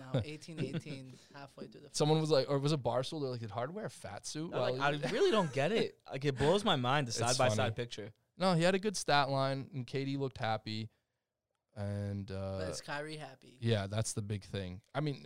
C: right now. 18-18, halfway through the.
A: Someone was like, or was it Barstool? They're like, did Harden wear a fat suit?
B: I, like,
A: while he-
B: I really don't get it. Like it blows my mind the
A: It's
B: side by side
A: funny.
B: picture.
A: no, he had a good stat line, and KD looked happy. And uh,
C: But is Kyrie happy?
A: Yeah, that's the big thing. I mean,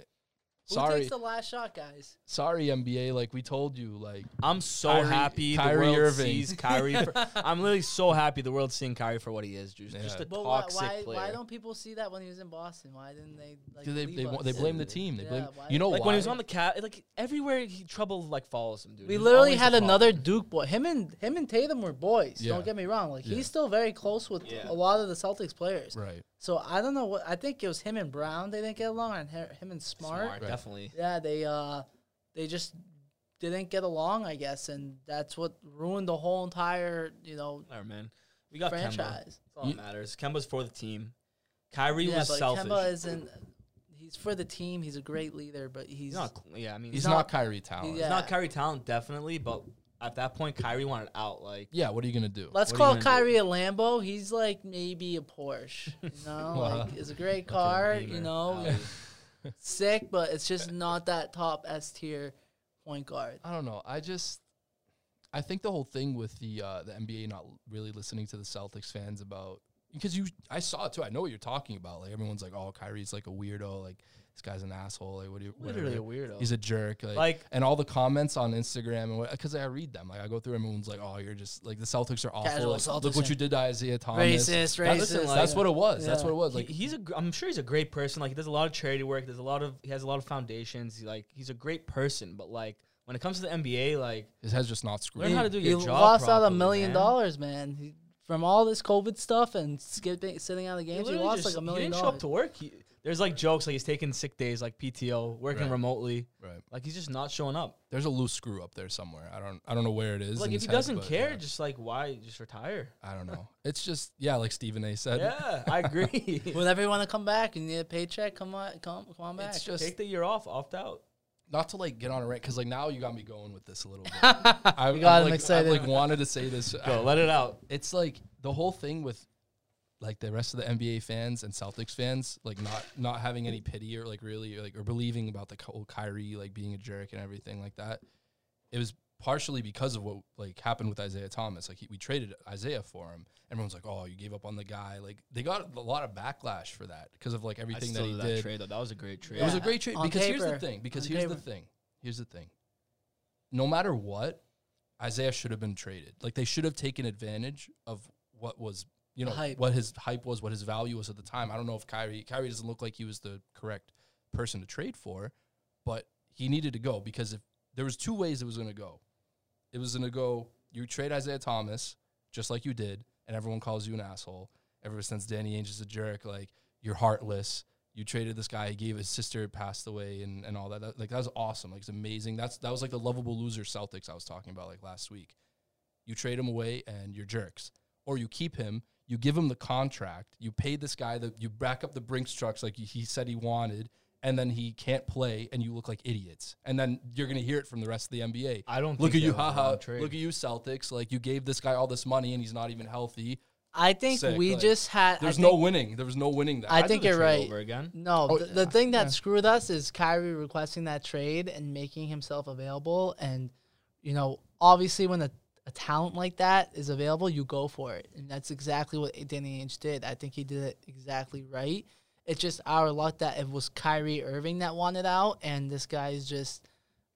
C: Who
A: sorry,
C: takes the last shot, guys?
A: sorry, NBA. Like we told you, like
B: I'm so
A: Kyrie-
B: happy the
A: Kyrie
B: world
A: Irving.
B: sees Kyrie. For, I'm literally so happy the world's seeing Kyrie for what he is, just, just
A: Yeah.
B: a
C: But why,
B: toxic
C: why,
B: player.
C: why don't people see that when he was in Boston? Why didn't they? Like,
A: they
C: leave
A: they, wa-
C: us?
A: they blame the team. They
C: Yeah,
A: blame
C: why-
A: you know
B: like
A: why?
B: when he was on the cat, like everywhere he trouble like follows him, dude.
C: We
B: He's
C: literally
B: always
C: had
B: the problem.
C: another Duke boy. Him and him and Tatum were boys.
A: Yeah.
C: Don't get me wrong. Like
A: Yeah.
C: he's still very close with
B: Yeah.
C: a lot of the Celtics players.
A: right.
C: So I don't know what I think it was him and Brown. They didn't get along, and her- him and Smart.
B: Smart, definitely.
C: Yeah, they uh, they just didn't get along, I guess, and that's what ruined the whole entire you know
B: Whatever, man. We got Kemba. That's
C: franchise.
B: all that matters. Kemba's for the team. Kyrie
C: yeah,
B: was
C: but
B: selfish.
C: Kemba isn't. He's for the team. He's a great leader, but he's,
B: he's not. cl- Yeah, I mean,
A: He's
B: he's,
A: not,
C: not-
A: Kyrie talent.
C: yeah.
A: Yeah.
B: he's not Kyrie talent, definitely. But at that point, Kyrie wanted out. Like,
A: what are you gonna do?
C: Let's
B: What are
C: call
B: you gonna
C: Kyrie a Lambo. He's like maybe a Porsche. You know,
A: Wow.
C: like it's a great car. you
A: meaner.
C: know,
B: uh,
C: sick, but it's just not that top S tier point guard.
A: I don't know. I just I think the whole thing with the uh, the NBA not really listening to the Celtics fans about because you I saw it too. I know what you're talking about. Like everyone's like, oh, Kyrie's like a weirdo. Like this guy's an asshole. Like what do you whatever.
B: literally a weirdo.
A: He's a jerk. Like,
B: Like-
A: and all the comments on Instagram and what because I read them. Like I go through them and everyone's like, oh, you're just like the Celtics are awful.
C: Casual
A: Like,
C: Celtics
A: look what
C: fan.
A: you did to Isaiah Thomas.
C: Racist,
A: That-
C: racist.
A: That's what it was. That's
C: Yeah.
A: what it was.
B: He-
A: Like
B: he's a. gr- I'm sure he's a great person. Like he does a lot of charity work. There's a lot of. He has a lot of foundations. He, like he's a great person. But like when it comes to the NBA, like
A: his head's just not screwed.
B: learn how to do
C: He
B: your job.
C: lost out a
B: properly,
C: million
B: man.
C: dollars, man. He, from all this COVID stuff and skipping, sitting out of the
B: He
C: games, he,
B: literally
C: lost
B: just-
C: like a
B: he
C: million
B: didn't show up
C: dollars.
B: to work. He, there's like jokes like he's taking sick days, like PTO, working
A: Right.
B: remotely.
A: Right.
B: Like he's just not showing up.
A: There's a loose screw up there somewhere. I don't I don't know where it is.
B: Like
A: in
B: if
A: his
B: he
A: head,
B: doesn't
A: but,
B: care,
A: yeah.
B: just like why just retire?
A: I don't know. It's just yeah, like Stephen A. said.
B: Yeah, I agree.
C: Whenever you want to come back, you need a paycheck. Come on, come, come on back.
A: It's just
B: Take the year off, opt out.
A: not to like get on a rant because like now you got me going with this a little bit. I
C: You got him
A: like,
C: excited.
A: I like wanted to say this.
B: Go, let it out.
A: It's like the whole thing with like the rest of the NBA fans and Celtics fans, like not not having any pity or like really or, like or believing about the whole Kyrie like being a jerk and everything like that. It was partially because of what like happened with Isaiah Thomas. Like he, we traded Isaiah for him. Everyone's like, "Oh, you gave up on the guy." Like they got a lot of backlash for that because of like everything that he
B: did
A: did.
B: trade though. That was a great trade.
A: It was a
C: Yeah,
A: great trade
C: on
A: because here's the
C: paper.
A: thing. Because
C: On
A: here's the
C: paper.
A: thing. Here's the thing. No matter what, Isaiah should have been traded. Like they should have taken advantage of what was you know
C: The hype.
A: what his hype was, what his value was at the time. I don't know if Kyrie Kyrie doesn't look like he was the correct person to trade for, but he needed to go because if there was two ways it was going to go, it was going to go you trade Isaiah Thomas just like you did, and everyone calls you an asshole ever since Danny Ainge is a jerk. Like you're heartless. You traded this guy. He gave his sister passed away and, and all that. That- Like that was awesome. Like it's amazing. That's that was like the lovable loser Celtics I was talking about like last week. You trade him away and you're jerks, or you keep him. You give him the contract. You pay this guy that you back up the Brinks trucks like he said he wanted, and then he can't play, and you look like idiots. And then you're gonna hear it from the rest of the NBA.
B: I don't
A: Look at
B: think
A: you,
B: that was a
A: haha!
B: wrong trade.
A: Look at you, Celtics! Like you gave this guy all this money, and he's not even healthy.
C: I think
A: Sick,
C: we
A: like,
C: just had. I
A: There's
C: think-
A: no winning. There was no winning that.
C: I
B: I'd
C: think
B: do the
C: you're
B: trade
C: right.
B: Over again.
C: No,
A: Oh,
C: th- the thing that
A: yeah.
C: screwed us is Kyrie requesting that trade and making himself available. And, you know, obviously when a, a talent like that is available, you go for it. And that's exactly what Danny Ainge did. I think he did it exactly right. It's just our luck that it was Kyrie Irving that wanted out, and this guy is just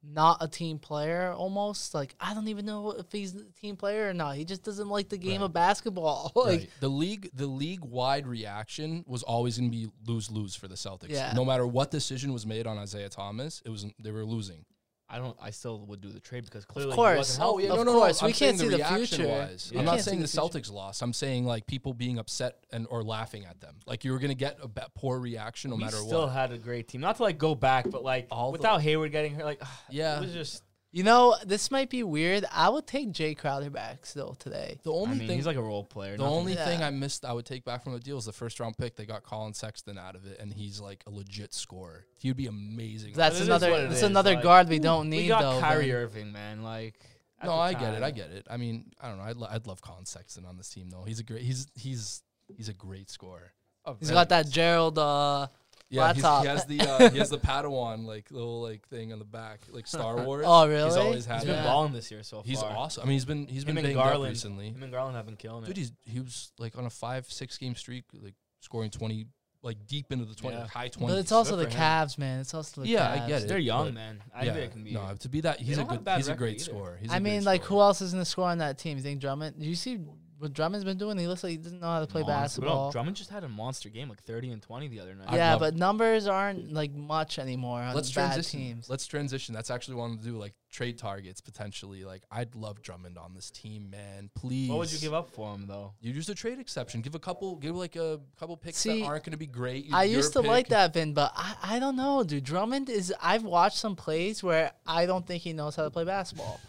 C: not a team player almost. Like, I don't even know if he's a team player or not. He just doesn't like the game
A: Right.
C: of basketball. like,
A: Right. the league, the league wide reaction was always going to be lose lose for the Celtics.
C: Yeah.
A: No matter what decision was made on Isaiah Thomas, it was they were losing.
B: I don't. I still would do the trade because clearly,
C: course.
B: He wasn't
C: Oh,
B: healthy.
C: yeah, Of no, no, no. course, we can't see the future.
A: Wise.
B: We
A: I'm not
C: can't
A: saying the,
C: see the
A: Celtics lost. I'm saying like people being upset and or laughing at them. Like you were going to get a ba- poor reaction no
B: we
A: matter
B: still
A: what.
B: had a great team. Not to like go back, but like
A: All the-
B: without Hayward getting hurt, like
A: Yeah.
B: it was just.
C: You know, this might be weird. I would take Jay Crowder back still today.
A: The only
B: I mean,
A: thing
B: he's like a role player.
A: The
B: nothing-
A: only
C: Yeah.
A: thing I missed, I would take back from the deal is the first round pick. They got Colin Sexton out of it, and he's like a legit scorer. He would be amazing.
C: That's
B: It is
C: another.
B: what it
C: That's
B: is,
C: another
B: like,
C: guard we don't need.
B: We got
C: though,
B: Kyrie
C: but-
B: Irving, man. Like at
A: no,
B: the
A: I get it.
B: time.
A: I get it. I mean, I don't know. I'd, lo- I'd love Colin Sexton on this team though. He's a great. He's he's he's a great scorer.
C: He's got that Gerald. Uh,
A: Yeah, he's,
C: laptop.
A: he has the uh, he has the Padawan like little like thing on the back, like Star Wars.
C: Oh,
A: He's
C: really?
A: always had
B: He's
A: that.
B: been balling this year so far.
A: He's awesome. I mean, he's been he's
B: Him
A: been
B: and
A: banged up
B: Garland.
A: recently.
B: Him and Garland have been killing it.
A: Dude, he's he was like on a five six game streak, like scoring twenty like deep into the 20s,
B: Yeah.
A: like high 20s.
C: But it's also
B: good
C: the
B: for him.
C: Cavs, man. It's also the
A: Yeah, I
C: Cavs.
A: get it.
B: They're young,
A: but-
B: man. I think it can be.
A: No, to be that he's a
B: don't have a
A: good
B: bad
A: he's a
B: record
A: great
B: either.
A: scorer. He's a
C: I
A: great
C: mean, like,
A: scorer.
C: who else is going to score on that team? You think Drummond? Do you see what Drummond's been doing? He looks like he doesn't know how to play
B: Monster- bro,
C: basketball.
B: Drummond just had a monster game, like 30 and 20 the other night.
A: I
C: yeah,
A: love-
C: but numbers aren't like much anymore on
A: Let's
C: bad
A: transition.
C: teams.
A: Let's transition. That's actually one to do like trade targets potentially. Like I'd love Drummond on this team, man. Please.
B: What would you give up for him though?
A: You use a trade exception. Give a couple. Give like a couple picks
C: See,
A: that aren't going to be great. Use
C: I
A: your
C: used to
A: pick.
C: like that Vin, but I, I don't know, dude. Drummond is. I've watched some plays where I don't think he knows how to play basketball.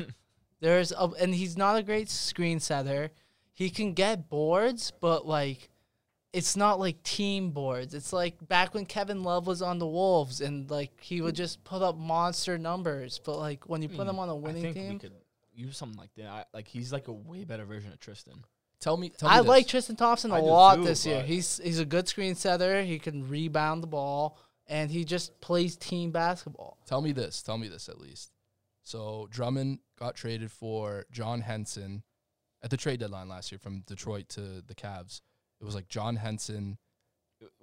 C: There's a, and he's not a great screen setter. He can get boards, but like, it's not like team boards. It's like back when Kevin Love was on the Wolves, and like he would just put up monster numbers. But like when you put him on a
B: Hmm, I
C: winning
B: think we
C: team,
B: could use something like that. I, like he's like a way better version of Tristan.
A: Tell me. Tell me
C: I
A: this.
C: like Tristan Thompson a
B: I do
C: lot
B: too,
C: this year.
B: but-
C: He's he's a good screen setter. He can rebound the ball, and he just plays team basketball.
A: Tell me this. Tell me this at least. So Drummond got traded for John Henson at the trade deadline last year from Detroit to the Cavs. It was like John Henson.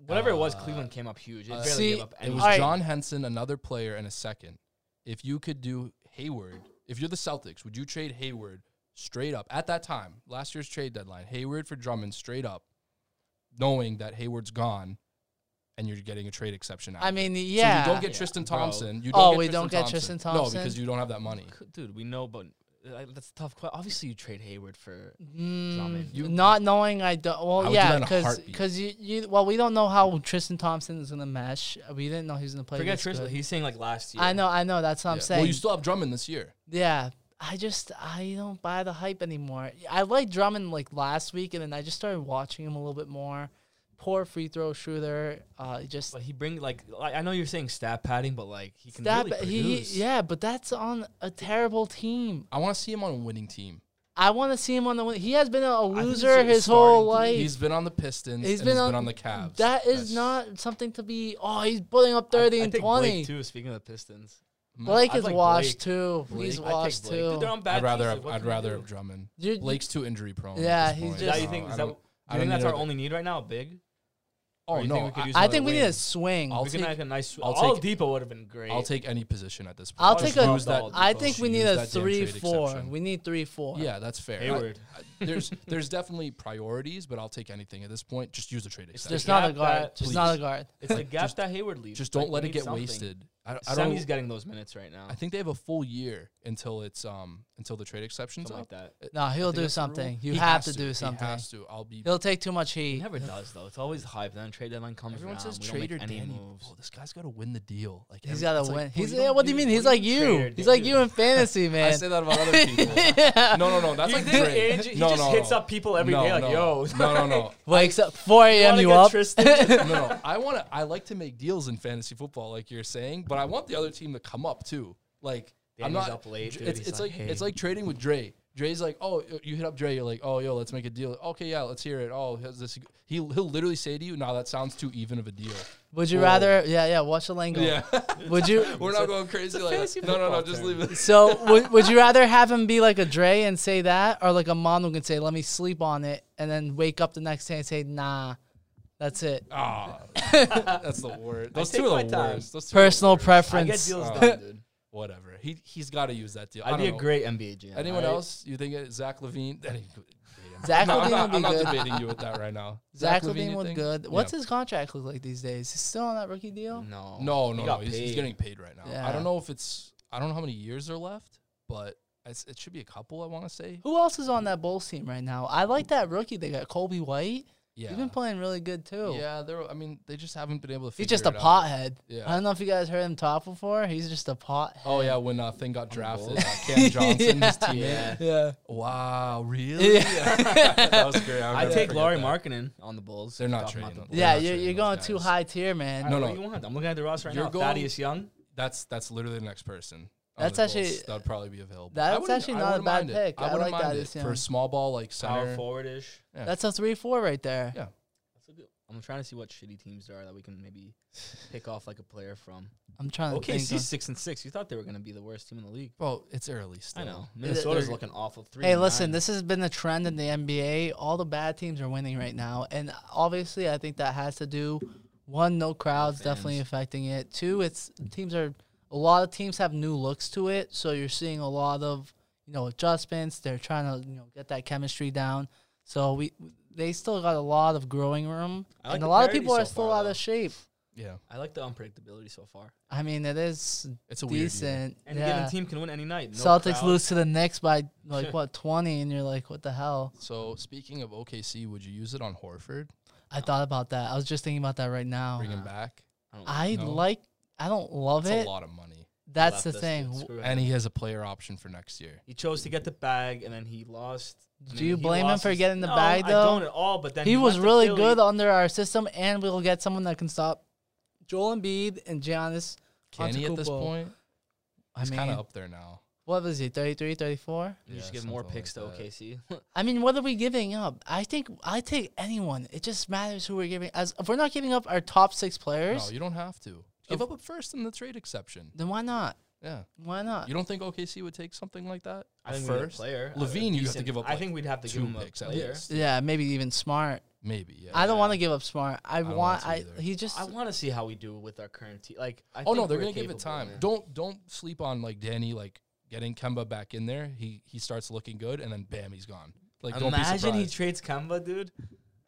B: Whatever it was,
A: Uh,
B: Cleveland came up huge. They
A: uh,
B: barely
C: See,
B: gave up
A: It
B: anything.
A: was
C: Alright.
A: John Henson, another player, and a second. If you could do Hayward, if you're the Celtics, would you trade Hayward straight up at that time, last year's trade deadline, Hayward for Drummond straight up, knowing that Hayward's gone, and you're getting a trade exception out?
C: I
A: of it?
C: mean,
A: So
C: yeah.
A: you don't get
B: Yeah,
A: Tristan
B: bro.
A: Thompson. You don't
C: Oh,
A: get
C: we
A: Tristan
C: don't get
A: Thompson.
C: Tristan
A: No,
C: Thompson?
A: because you don't have that money.
B: Dude, we know, but uh, that's a tough. que- Obviously, you trade Hayward for.
C: Mm,
B: Drummond.
A: You-
C: not knowing I don't. Well,
A: I would do that
C: yeah,
A: in a
C: because
A: heartbeat.
C: you, you well we don't know how Tristan Thompson is gonna mesh. We didn't know he was gonna play.
B: Forget
C: this
B: Tristan.
C: good.
B: He's saying like last year.
C: I know, I know. That's what I'm
A: Yeah.
C: saying.
A: Well, you still have Drummond this year.
C: yeah, I just I don't buy the hype anymore. I liked Drummond like last week, and then I just started watching him a little bit more. Poor free throw shooter. Uh, just
B: But he bring like, like I know you're saying stat padding, but like he can
C: that.
B: really
C: he,
B: produce.
C: he yeah, but that's on a terrible team.
A: I want to see him on a winning team.
C: I want to see him on the. win- He has been a
B: think he's
C: loser
B: a
C: his whole
B: starting
C: life.
A: He's been on the Pistons. He's
C: He's been
A: and he's
C: on-
A: been on the Cavs.
C: That
A: That's-
C: is not something to be. Oh, he's putting up thirty
B: I,
C: and
B: I take
C: twenty.
B: Blake too. Speaking of the Pistons,
C: Blake
B: I'd
C: is
B: like
C: washed
B: Blake.
C: too. He's
B: I'd take
C: washed
B: Blake. Dude,
C: too.
B: they're on bad
A: I'd rather.
B: teams,
A: Have,
B: like, what
A: I'd
B: can you
A: rather
B: do?
A: have Drummond.
C: You- you-
A: Blake's too injury prone. at
C: Yeah,
A: this
C: he's
A: point,
B: Is that you
A: so
B: think?
A: I
B: Is that?
A: don't- I
B: I
A: don't
B: think that's
A: need
B: our
A: another-
B: only need right now. Big.
A: Oh
B: you think
A: no,
B: we could use
A: I,
C: I
B: another
C: think we need a
B: wing.
C: swing.
A: I'll
B: we can
A: take-
B: make a nice.
A: I'll
B: all
A: take-
B: Depot would have been great.
A: I'll take any position at this point.
C: I'll
B: Just
C: take a-
B: use that
C: I
B: Depot.
C: think we
A: Use
C: need a
A: that damn trade
C: three four.
A: exception.
C: We need three four.
A: Yeah, that's fair. I-
B: Hayward.
A: I- there's there's definitely priorities, but I'll take anything at this point. Just use a trade
B: It's
A: exception.
C: Just not a
B: Gap
C: guard.
B: that,
C: just
A: please.
C: not a guard.
B: It's the gap
A: Just-
B: that Hayward leaves.
A: Just don't let
B: Like,
A: it
B: we need
A: get
B: something.
A: wasted. I, I don't.
B: Semi's getting those minutes right now.
A: I think they have a full year until it's um until the trade exceptions
B: something
A: up.
B: like that.
C: No,
A: I
C: he'll
A: think
C: do
A: that's the rule.
C: something. You
A: He has
C: have to do something.
A: He has to. I'll be.
C: He'll take too much
B: He
C: heat.
B: never does though. It's always hype. Then trade deadline comes
A: Everyone
B: around.
A: says
B: we don't make
A: trader
B: any
A: Danny.
B: moves.
A: Oh, this guy's got to win the deal. Like
C: He's
A: every-
C: got
A: it's
C: to
A: like,
C: win.
A: bro,
C: He's
A: don't
C: yeah, what do you mean? He's
B: what are
C: like
B: you
C: you.
B: trader,
C: He's like
B: dude?
C: you in fantasy, man.
A: I say that about other people. No, no, no. That's like Drake.
B: he
A: no,
B: just
A: no,
B: hits
A: no.
B: up people every
A: no,
B: day, like
A: no.
B: yo.
A: No, no, no.
C: Wakes up 4 a.m.
B: wanna
C: You
B: get
C: up?
B: Tristan?
A: no, no. I want to. I like to make deals in fantasy football, like you're saying, but I want the other team to come up too. Like I'm
B: Danny's
A: not.
B: up late,
A: Dr-
B: dude.
A: It's,
B: He's
A: it's like
B: like, "Hey."
A: it's like trading with Dre. Dre's like, oh, y- you hit up Dre. You're like, oh, yo, let's make a deal. Okay, yeah, let's hear it. Oh, has this? He'll he'll literally say to you, no, that sounds too even of a deal.
C: Would you
A: Whoa.
C: rather? Yeah, yeah. Watch the lingo.
A: Yeah,
C: Would you?
A: we're not going crazy like
B: fantasy
A: that. No, no, no.
B: football
A: Just
B: term.
A: leave it.
C: So would, would you rather have him be like a Dre and say that, or like a mom who can say, "Let me sleep on it," and then wake up the next day and say, "Nah, that's it."
A: Ah, that's the word. Those
B: take
A: two are
B: my
A: the
B: time.
A: worst. Those two are the
C: Personal
A: worst.
B: I get
C: preference.
B: deals
A: Oh.
B: done, dude.
A: Whatever. He he's got to use that deal. I
B: I'd be
A: don't
B: a
A: know.
B: great NBA GM.
A: Anyone
B: I-
A: else? You think it, Zach Levine? That ain't good.
C: Zach
A: No, I'm
C: Levine
A: not,
C: would
A: I'm
C: be
A: not
C: good.
A: debating you with that right now.
C: Zach
A: Levine,
C: Levine
A: you
C: would
A: think?
C: good. What's
A: Yeah. Mm.
C: his contract look like these days? He's still on that rookie deal.
B: No,
A: No, no,
B: He
A: no.
B: got
A: He's, he's
B: paid.
A: getting paid right now. I
C: Yeah.
A: don't know if it's. I don't know how many years are left, but it's, it should be a couple. I want to say.
C: Who else is on that Bulls team right now? I like that rookie. They got Colby White.
A: Yeah.
C: He's been playing really good too.
A: yeah, they're. I mean, they just haven't been able to.
C: He's
A: figure
C: just a
A: it out.
C: pothead. I
A: Yeah.
C: don't know if you guys heard him talk before. He's just a pothead.
A: Oh yeah, when uh, thing got drafted,
B: Bulls.
A: uh, Cam Johnson, his teammate.
B: Yeah.
C: Yeah.
A: Wow, really? that was great. I'll
B: I
A: never
B: take
A: forget
B: Laurie
A: that.
B: Markkinen on the Bulls.
A: They're not
B: Talking
A: trading
B: about the
A: him.
B: Bulls.
A: They're
C: Yeah,
A: not
C: you're,
A: trading
C: you're going
A: those
C: too
A: guys.
C: high tier, man.
A: No,
B: What
A: no.
B: do you want? I'm looking at the roster right
A: You're
B: now.
A: going-
B: Thaddeus Young.
A: That's that's literally the next person. on
C: That's
A: the Bulls
C: actually-
A: that'd probably be available. I
C: that's
A: wouldn't-
C: actually
A: I
C: not a
A: wouldn't
C: bad
A: mind it.
C: pick. I
A: I wouldn't
C: like
A: mind
C: that,
A: it
C: it's
A: for
C: young.
A: a small ball like
B: Power
A: center.
B: forward ish.
A: Yeah.
C: That's a three four right there.
A: Yeah.
B: I'm trying to see what shitty teams there are that we can maybe pick off like a player from.
C: I'm trying to
B: Okay,
C: think. of-
B: six and six. You thought they were gonna be the worst team in the league.
A: Well, it's early still.
B: I know Minnesota's
C: they're-
B: looking awful. Three.
C: Hey,
B: and
C: listen,
B: nine.
C: this has been a trend in the NBA. All the bad teams are winning right now, and obviously, I think that has to do One, no crowds definitely
B: fans.
C: affecting it. Two, it's teams are a lot of teams have new looks to it, so you're seeing a lot of you know adjustments. They're trying to you know get that chemistry down. So we they still got a lot of growing room,
B: I like
C: and
B: the
C: a lot of
B: parity
C: people
B: so
C: are still
B: far,
C: out
B: though.
C: of shape.
A: Yeah,
B: I like the unpredictability so far.
C: I mean, it is
A: it's a weird.
C: decent.
B: Any
C: yeah.
B: given team can win any night. No
C: Celtics
B: crowd.
C: lose to the Knicks by like what twenty, and you're like, what the hell?
A: Year. So speaking of OKC, would you use it on Horford?
C: I thought about that. I was just thinking about that right now.
A: Bring him
B: nah.
A: back.
B: I don't
C: I
A: No.
C: like. I don't Oh, love
A: That's
C: it.
A: a lot of money,
C: That's
B: left
C: the
B: us,
C: thing.
B: dude.
C: W-
B: Screw it.
A: and he has a player option for next year.
B: He chose to get the bag, and then he lost. I
C: Do
B: mean,
C: you
B: he
C: blame him
B: lost
C: for
B: his-
C: getting the
B: No,
C: bag
B: I
C: though?
B: don't at all. But then
C: he was
B: went to
C: really
B: Philly.
C: good under our system, and we'll get someone that can stop Joel Embiid and Giannis.
A: Can he at this
C: Antetokounmpo.
A: point?
C: I
A: He's kind
C: mean,
A: of up there now.
C: what was he? 33, 34?
B: You
A: Yeah,
B: should give more
A: something like
B: picks
A: that.
B: to OKC.
C: I mean, what are we giving up? I think I take anyone. It just matters who we're giving. As if we're not giving up our top six players,
A: No, you don't have to. Give up a first in the trade exception.
C: then why not?
A: Yeah.
C: Why not?
A: You don't think OKC would take something like that?
B: I
A: A
B: think we need a
A: first,
B: player. a
A: Levine, you have to
B: decent-
A: give up.
B: I
A: like
B: think we'd have to give
A: two
B: him a
A: picks at
B: player.
A: least.
C: yeah, maybe even smart.
A: Maybe. Yeah.
C: I don't
B: Yeah.
C: want to give up smart. I,
A: don't want
C: want.
A: to
C: I
A: either.
C: he just.
B: I want to see how we do with our current team. Like, I
A: oh no,
B: think
A: they're
B: we're
A: gonna give it
B: capable,
A: time.
B: man.
A: Don't don't sleep on like Danny like getting Kemba back in there. He he starts looking good, and then bam, he's gone. Like
B: Imagine
A: don't be
B: he
A: surprised.
B: trades Kemba, dude.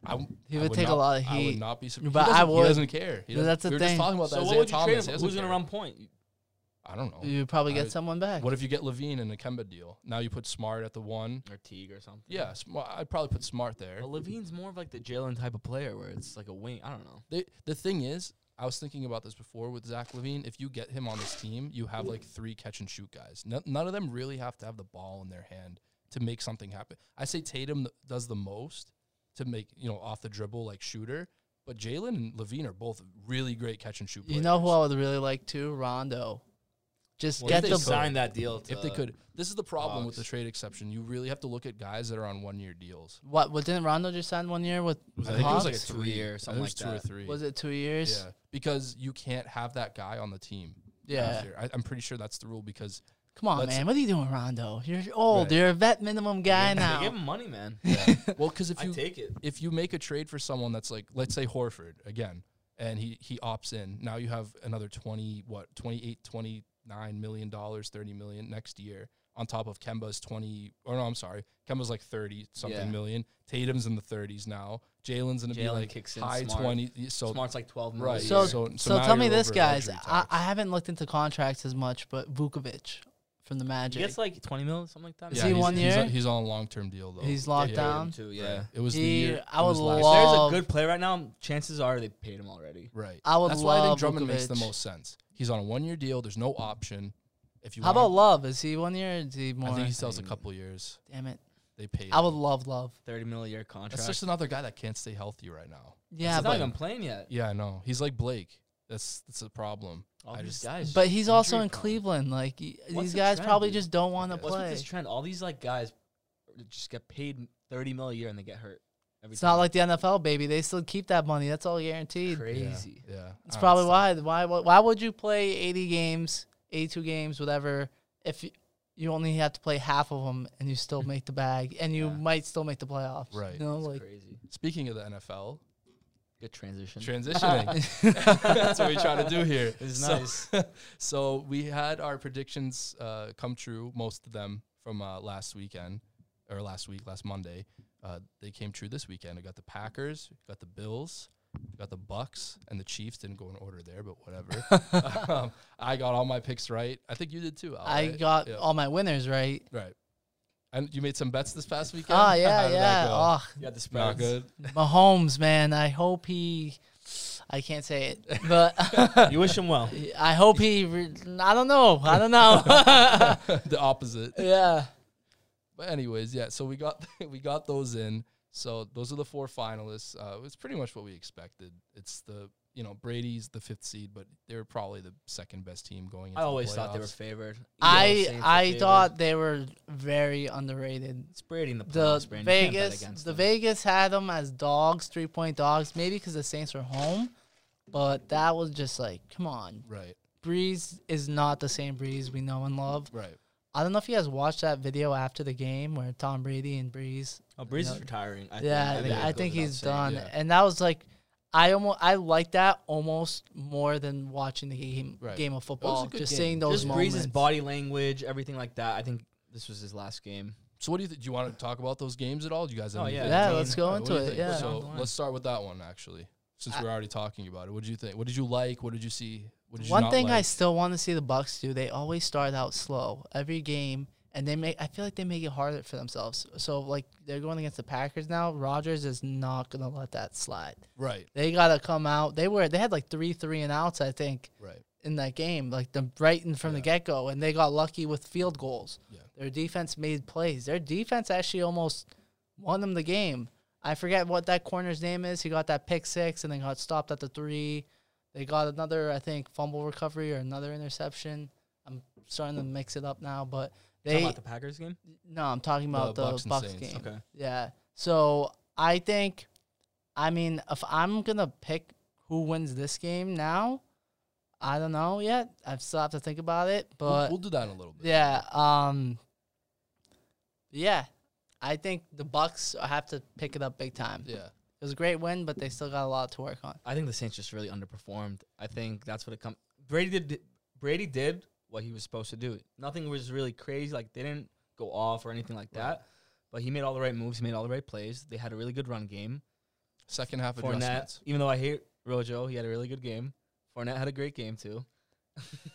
A: I w-
C: He
A: I
C: would take a
A: not-
C: lot of
A: I
C: heat.
A: would not be surprised.
C: But
A: he
C: I
A: doesn't-
C: would.
A: He doesn't care. He
C: Yeah,
A: doesn't-
C: that's the
A: we were
C: thing.
A: Just talking about that.
B: So what
A: Isaiah
B: would you trade
A: Thomas, he
B: him?
A: doesn't
B: Who's gonna
A: care.
B: run point?
A: I don't know.
C: You probably
A: I
C: get
A: would-
C: someone back.
A: What if you get Levine and a Kemba deal? Now you put Smart at the one.
B: Or Teague or something.
A: Yeah, Sm- I'd probably put Smart there.
B: But Levine's more of like the Jalen type of player, where it's like a wing. I don't know.
A: They, the thing is, I was thinking about this before with Zach Levine. If you get him on this team, you have like three catch and shoot guys. No, none of them really have to have the ball in their hand to make something happen. I say Tatum th- does the most to make you know off the dribble like shooter, but Jalen and Levine are both really great catch and shoot. Players.
C: You know who I would really like too? Rondo. Just
A: Well,
C: get
A: if
C: the
A: they
C: ball.
B: sign that deal. To
A: if they could. This is the problem with the
B: Bucks.
A: trade exception. You really have to look at guys that are on one year deals.
C: What? What didn't Rondo just sign one year with?
A: I
C: the
A: think it was
C: Hawks?
A: like
B: Hawks? Three
A: three
B: or
A: I think
B: something
A: it was
B: like
A: two or
B: that.
A: three.
C: Was it two years?
A: Yeah, because you can't have that guy on the team.
C: Yeah.
A: next year. I, I'm pretty sure that's the rule because
C: Come on,
A: Let's-
C: man. What are you doing, Rondo? You're old.
A: Right.
C: You're a vet minimum guy
B: They
C: now.
B: give him money, man.
A: well, because if
B: I
A: you
B: take it.
A: if you make a trade for someone that's like let's say Horford again, and he he opts in, now you have another twenty what 28, 29 million dollars, thirty million next year on top of Kemba's twenty or no, I'm sorry, Kemba's like thirty something
B: Yeah.
A: million. Tatum's in the thirties now. Jalen's gonna be
B: Jalen
A: like
B: kicks in
A: high
B: smart.
A: twenty. So
B: Smart's like twelve million.
A: right.
B: a
C: So-
B: year.
A: so,
C: So,
A: now
C: tell me
A: you're
C: this,
A: over
C: guys.
A: luxury
C: I,
A: tax.
C: I haven't looked into contracts as much, but Vukovic from the
B: he
C: Magic.
B: gets like twenty mil, something like that.
C: Is he
A: he's,
C: one
A: He's,
C: year?
A: on- he's on a long term deal though.
C: He's locked
A: Yeah.
C: down.
B: Too,
A: Right.
B: yeah.
A: It was the
C: He-
A: year.
C: I
A: it
C: would
A: was last
B: If there's a
C: Love-
B: good player right now, chances are they paid him already.
A: Right.
C: I would
A: That's why I think
C: love
A: Drummond makes the
C: Vukovic.
A: most sense. He's on a one year deal. There's no option. If you
C: How about
A: want,
C: Love? Is he one year? Or is he more?
A: I think he sells a
B: Mm.
A: couple years.
C: Damn it!
A: They paid.
C: I would
A: him.
C: love Love.
B: Thirty mil a year contract.
A: That's just another guy that can't stay healthy right now.
C: Yeah,
B: he's not
C: but
B: even playing yet.
A: Yeah, I know. He's like Blake. That's that's a problem.
B: All
A: I
B: these
A: just-
B: guys.
C: but he's also
B: injury
C: in
B: prone.
C: Cleveland. Like y-
B: What's
C: these
B: the
C: guys
B: trend,
C: probably
B: dude?
C: just don't want to
A: Yeah.
B: What's with
C: play.
B: this trend? All these like guys just get paid thirty mil a year and they get hurt. Every
C: It's
B: time.
C: not like the NFL, baby. They still keep that money. That's all guaranteed.
A: Yeah,
B: crazy.
A: Yeah. Ah,
C: It's
A: I
C: probably
A: understand.
C: why. Why? why- Why would you play 80 games, 82 games, whatever, if you, you only have to play half of them and you still make the bag and you
B: Yeah.
C: might still make the playoffs?
A: Right.
C: You know,
B: It's
C: like
B: crazy.
A: Speaking of the NFL,
B: Good transition.
A: transitioning. that's what we try to do here.
B: This is
A: So-
B: nice.
A: So we had our predictions uh, come true, most of them from uh, last weekend or last week, last Monday. Uh, they came true this weekend. We got the Packers, we got the Bills, we got the Bucks, and the Chiefs. Didn't go in order there, but whatever. um, I got all my picks right. I think you did too. Al,
C: I
A: right?
C: got
A: Yeah.
C: all my winners right.
A: right. And you made some bets this past weekend.
C: Ah,
A: How
C: yeah,
A: did that
C: yeah.
A: go?
C: Oh,
B: Yeah, the spread.
A: Not good.
C: Mahomes, man. I hope he. I can't say it, but
B: You wish him well.
C: I hope he. Re- I don't know. I don't know.
A: the opposite.
C: yeah.
A: But anyways, yeah. So we got we got those in. So those are the four finalists. Uh, it's pretty much what we expected. It's the you know Brady's the fifth seed, but they were probably the second best team going. Into
B: I always
A: the
B: thought they were
A: playoffs.
B: favored. You know,
C: I
B: Saints were
C: I
B: favored.
C: thought they were very underrated.
B: it's Brady in the
C: the
B: playoffs. Brandon. You can't bet
C: Vegas,
B: against
C: the
B: him.
C: Vegas had them as dogs, three point dogs, maybe because the Saints were home. But that was just like, come on,
A: right,
C: Breeze is not the same Breeze we know and love.
A: right.
C: I don't know if you guys watched that video after the game where Tom Brady and Breeze.
B: Oh, Breeze
C: you
B: is
C: know-
B: retiring. I
C: yeah, I
B: think,
C: think,
B: it
C: I
B: goes
C: think
B: without
C: he's
B: saying.
C: done,
A: yeah.
C: and that was like, I almost I like that almost more than watching the game
A: Right.
C: game of football.
A: good
C: Just
A: game.
C: seeing those
B: Just
C: moments.
B: Breeze's body language, everything like that. I think this was his last game.
A: So what do you think? Do you want to talk about those games at all? Do you guys? Have
B: Oh, yeah.
A: anything?
C: Yeah,
B: Dean,
C: let's go
A: Alright,
C: into
A: what do you
C: it.
A: think?
C: Yeah.
B: Down the
A: So
B: line.
A: let's start with that one actually, since
C: I-
A: we're already talking about it. What did you think? What did you like? What did you see? What did you
C: One
A: not
C: thing I
A: like?
C: still want to see the Bucks do, they always start out slow every game and they make I feel like they make it harder for themselves. So like they're going against the Packers now. Rogers is not gonna let that slide.
A: right,
C: They gotta come out. They were they had like three three and outs, I think,
A: right,
C: in that game, like the Brighton from the
A: Yeah.
C: get go, and they got lucky with field goals.
A: Yeah.
C: Their defense made plays. Their defense actually almost won them the game. I forget what that corner's name is. He got that pick six and then got stopped at the three. They got another, I think, fumble recovery or another interception. I'm starting to mix it up now, but
B: Talking
C: they
B: about the Packers game.
C: no, I'm talking about the,
A: Bucks
C: Bucks,
A: and Saints.
C: game.
B: Okay.
C: Yeah. So I think, I mean, if I'm gonna pick who wins this game now, I don't know yet. I still have to think about it.
A: We'll-
C: But
A: we'll, do that in a little bit.
C: yeah, um, yeah, I think the Bucks have to pick it up big time.
A: yeah.
C: It was a great win, but they still got a lot to work on.
B: I think the Saints just really underperformed. I think that's what it comes. Brady did. Brady did what he was supposed to do. Nothing was really crazy. Like they didn't go off or anything like that. But he made all the right moves. He made all the right plays. They had a really good run game.
A: Second half
B: Fournette,
A: adjustments.
B: even though I hate Rojo, he had a really good game. Fournette had a great game too.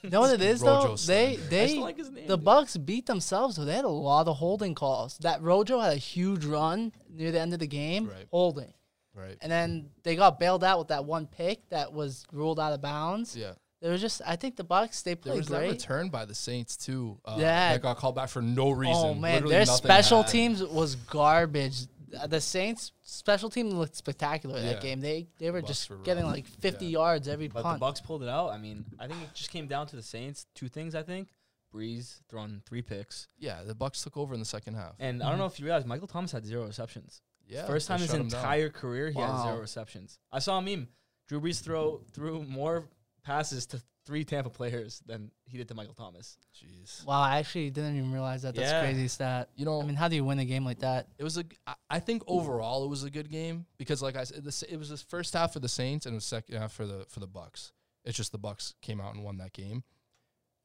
C: You know what it is though?
A: Rojo's
C: They
A: standard.
B: I
C: they
B: still like his name.
C: the
B: dude.
C: Bucks beat themselves. though. They had a lot of holding calls. That Rojo had a huge run near the end of the game,
A: Right.
C: holding.
A: Right.
C: and then they got bailed out with that one pick that was ruled out of bounds.
A: Yeah.
C: There was just, I think the Bucks they
A: There was
C: played
A: that
C: great.
A: return by the Saints too. Uh,
C: Yeah.
A: That got called back for no reason.
C: oh man,
A: Literally
C: their
A: nothing
C: special
A: happened.
C: teams was garbage. Uh, The Saints special team looked spectacular
A: Yeah.
C: that game. They they were
A: Bucks
C: just
A: were rough.
C: getting like 50
A: Yeah.
C: yards every
B: But the
C: punt.
B: Bucks pulled it out. I mean, I think it just came down to the Saints. Two things I think: Breeze throwing three picks,
A: Yeah, the Bucks took over in the second half.
B: and
C: Mm-hmm.
B: I don't know if you realize Michael Thomas had zero receptions.
A: yeah.
B: First
A: they
B: time in his
A: shut 'em down.
B: entire career he had
C: Wow.
B: zero receptions. I saw a meme: Drew Brees throw threw more passes to three Tampa players than he did to Michael Thomas.
A: Jeez.
C: wow, I actually didn't even realize that. That's
B: Yeah.
C: crazy stat.
A: You know,
C: I mean, how do you win a game like that?
A: It was a. g- I- I think overall it was a good game because, like I said, the, Sa- it was the first half for the Saints and it was second half for the for the Bucks. It's just the Bucks came out and won that game.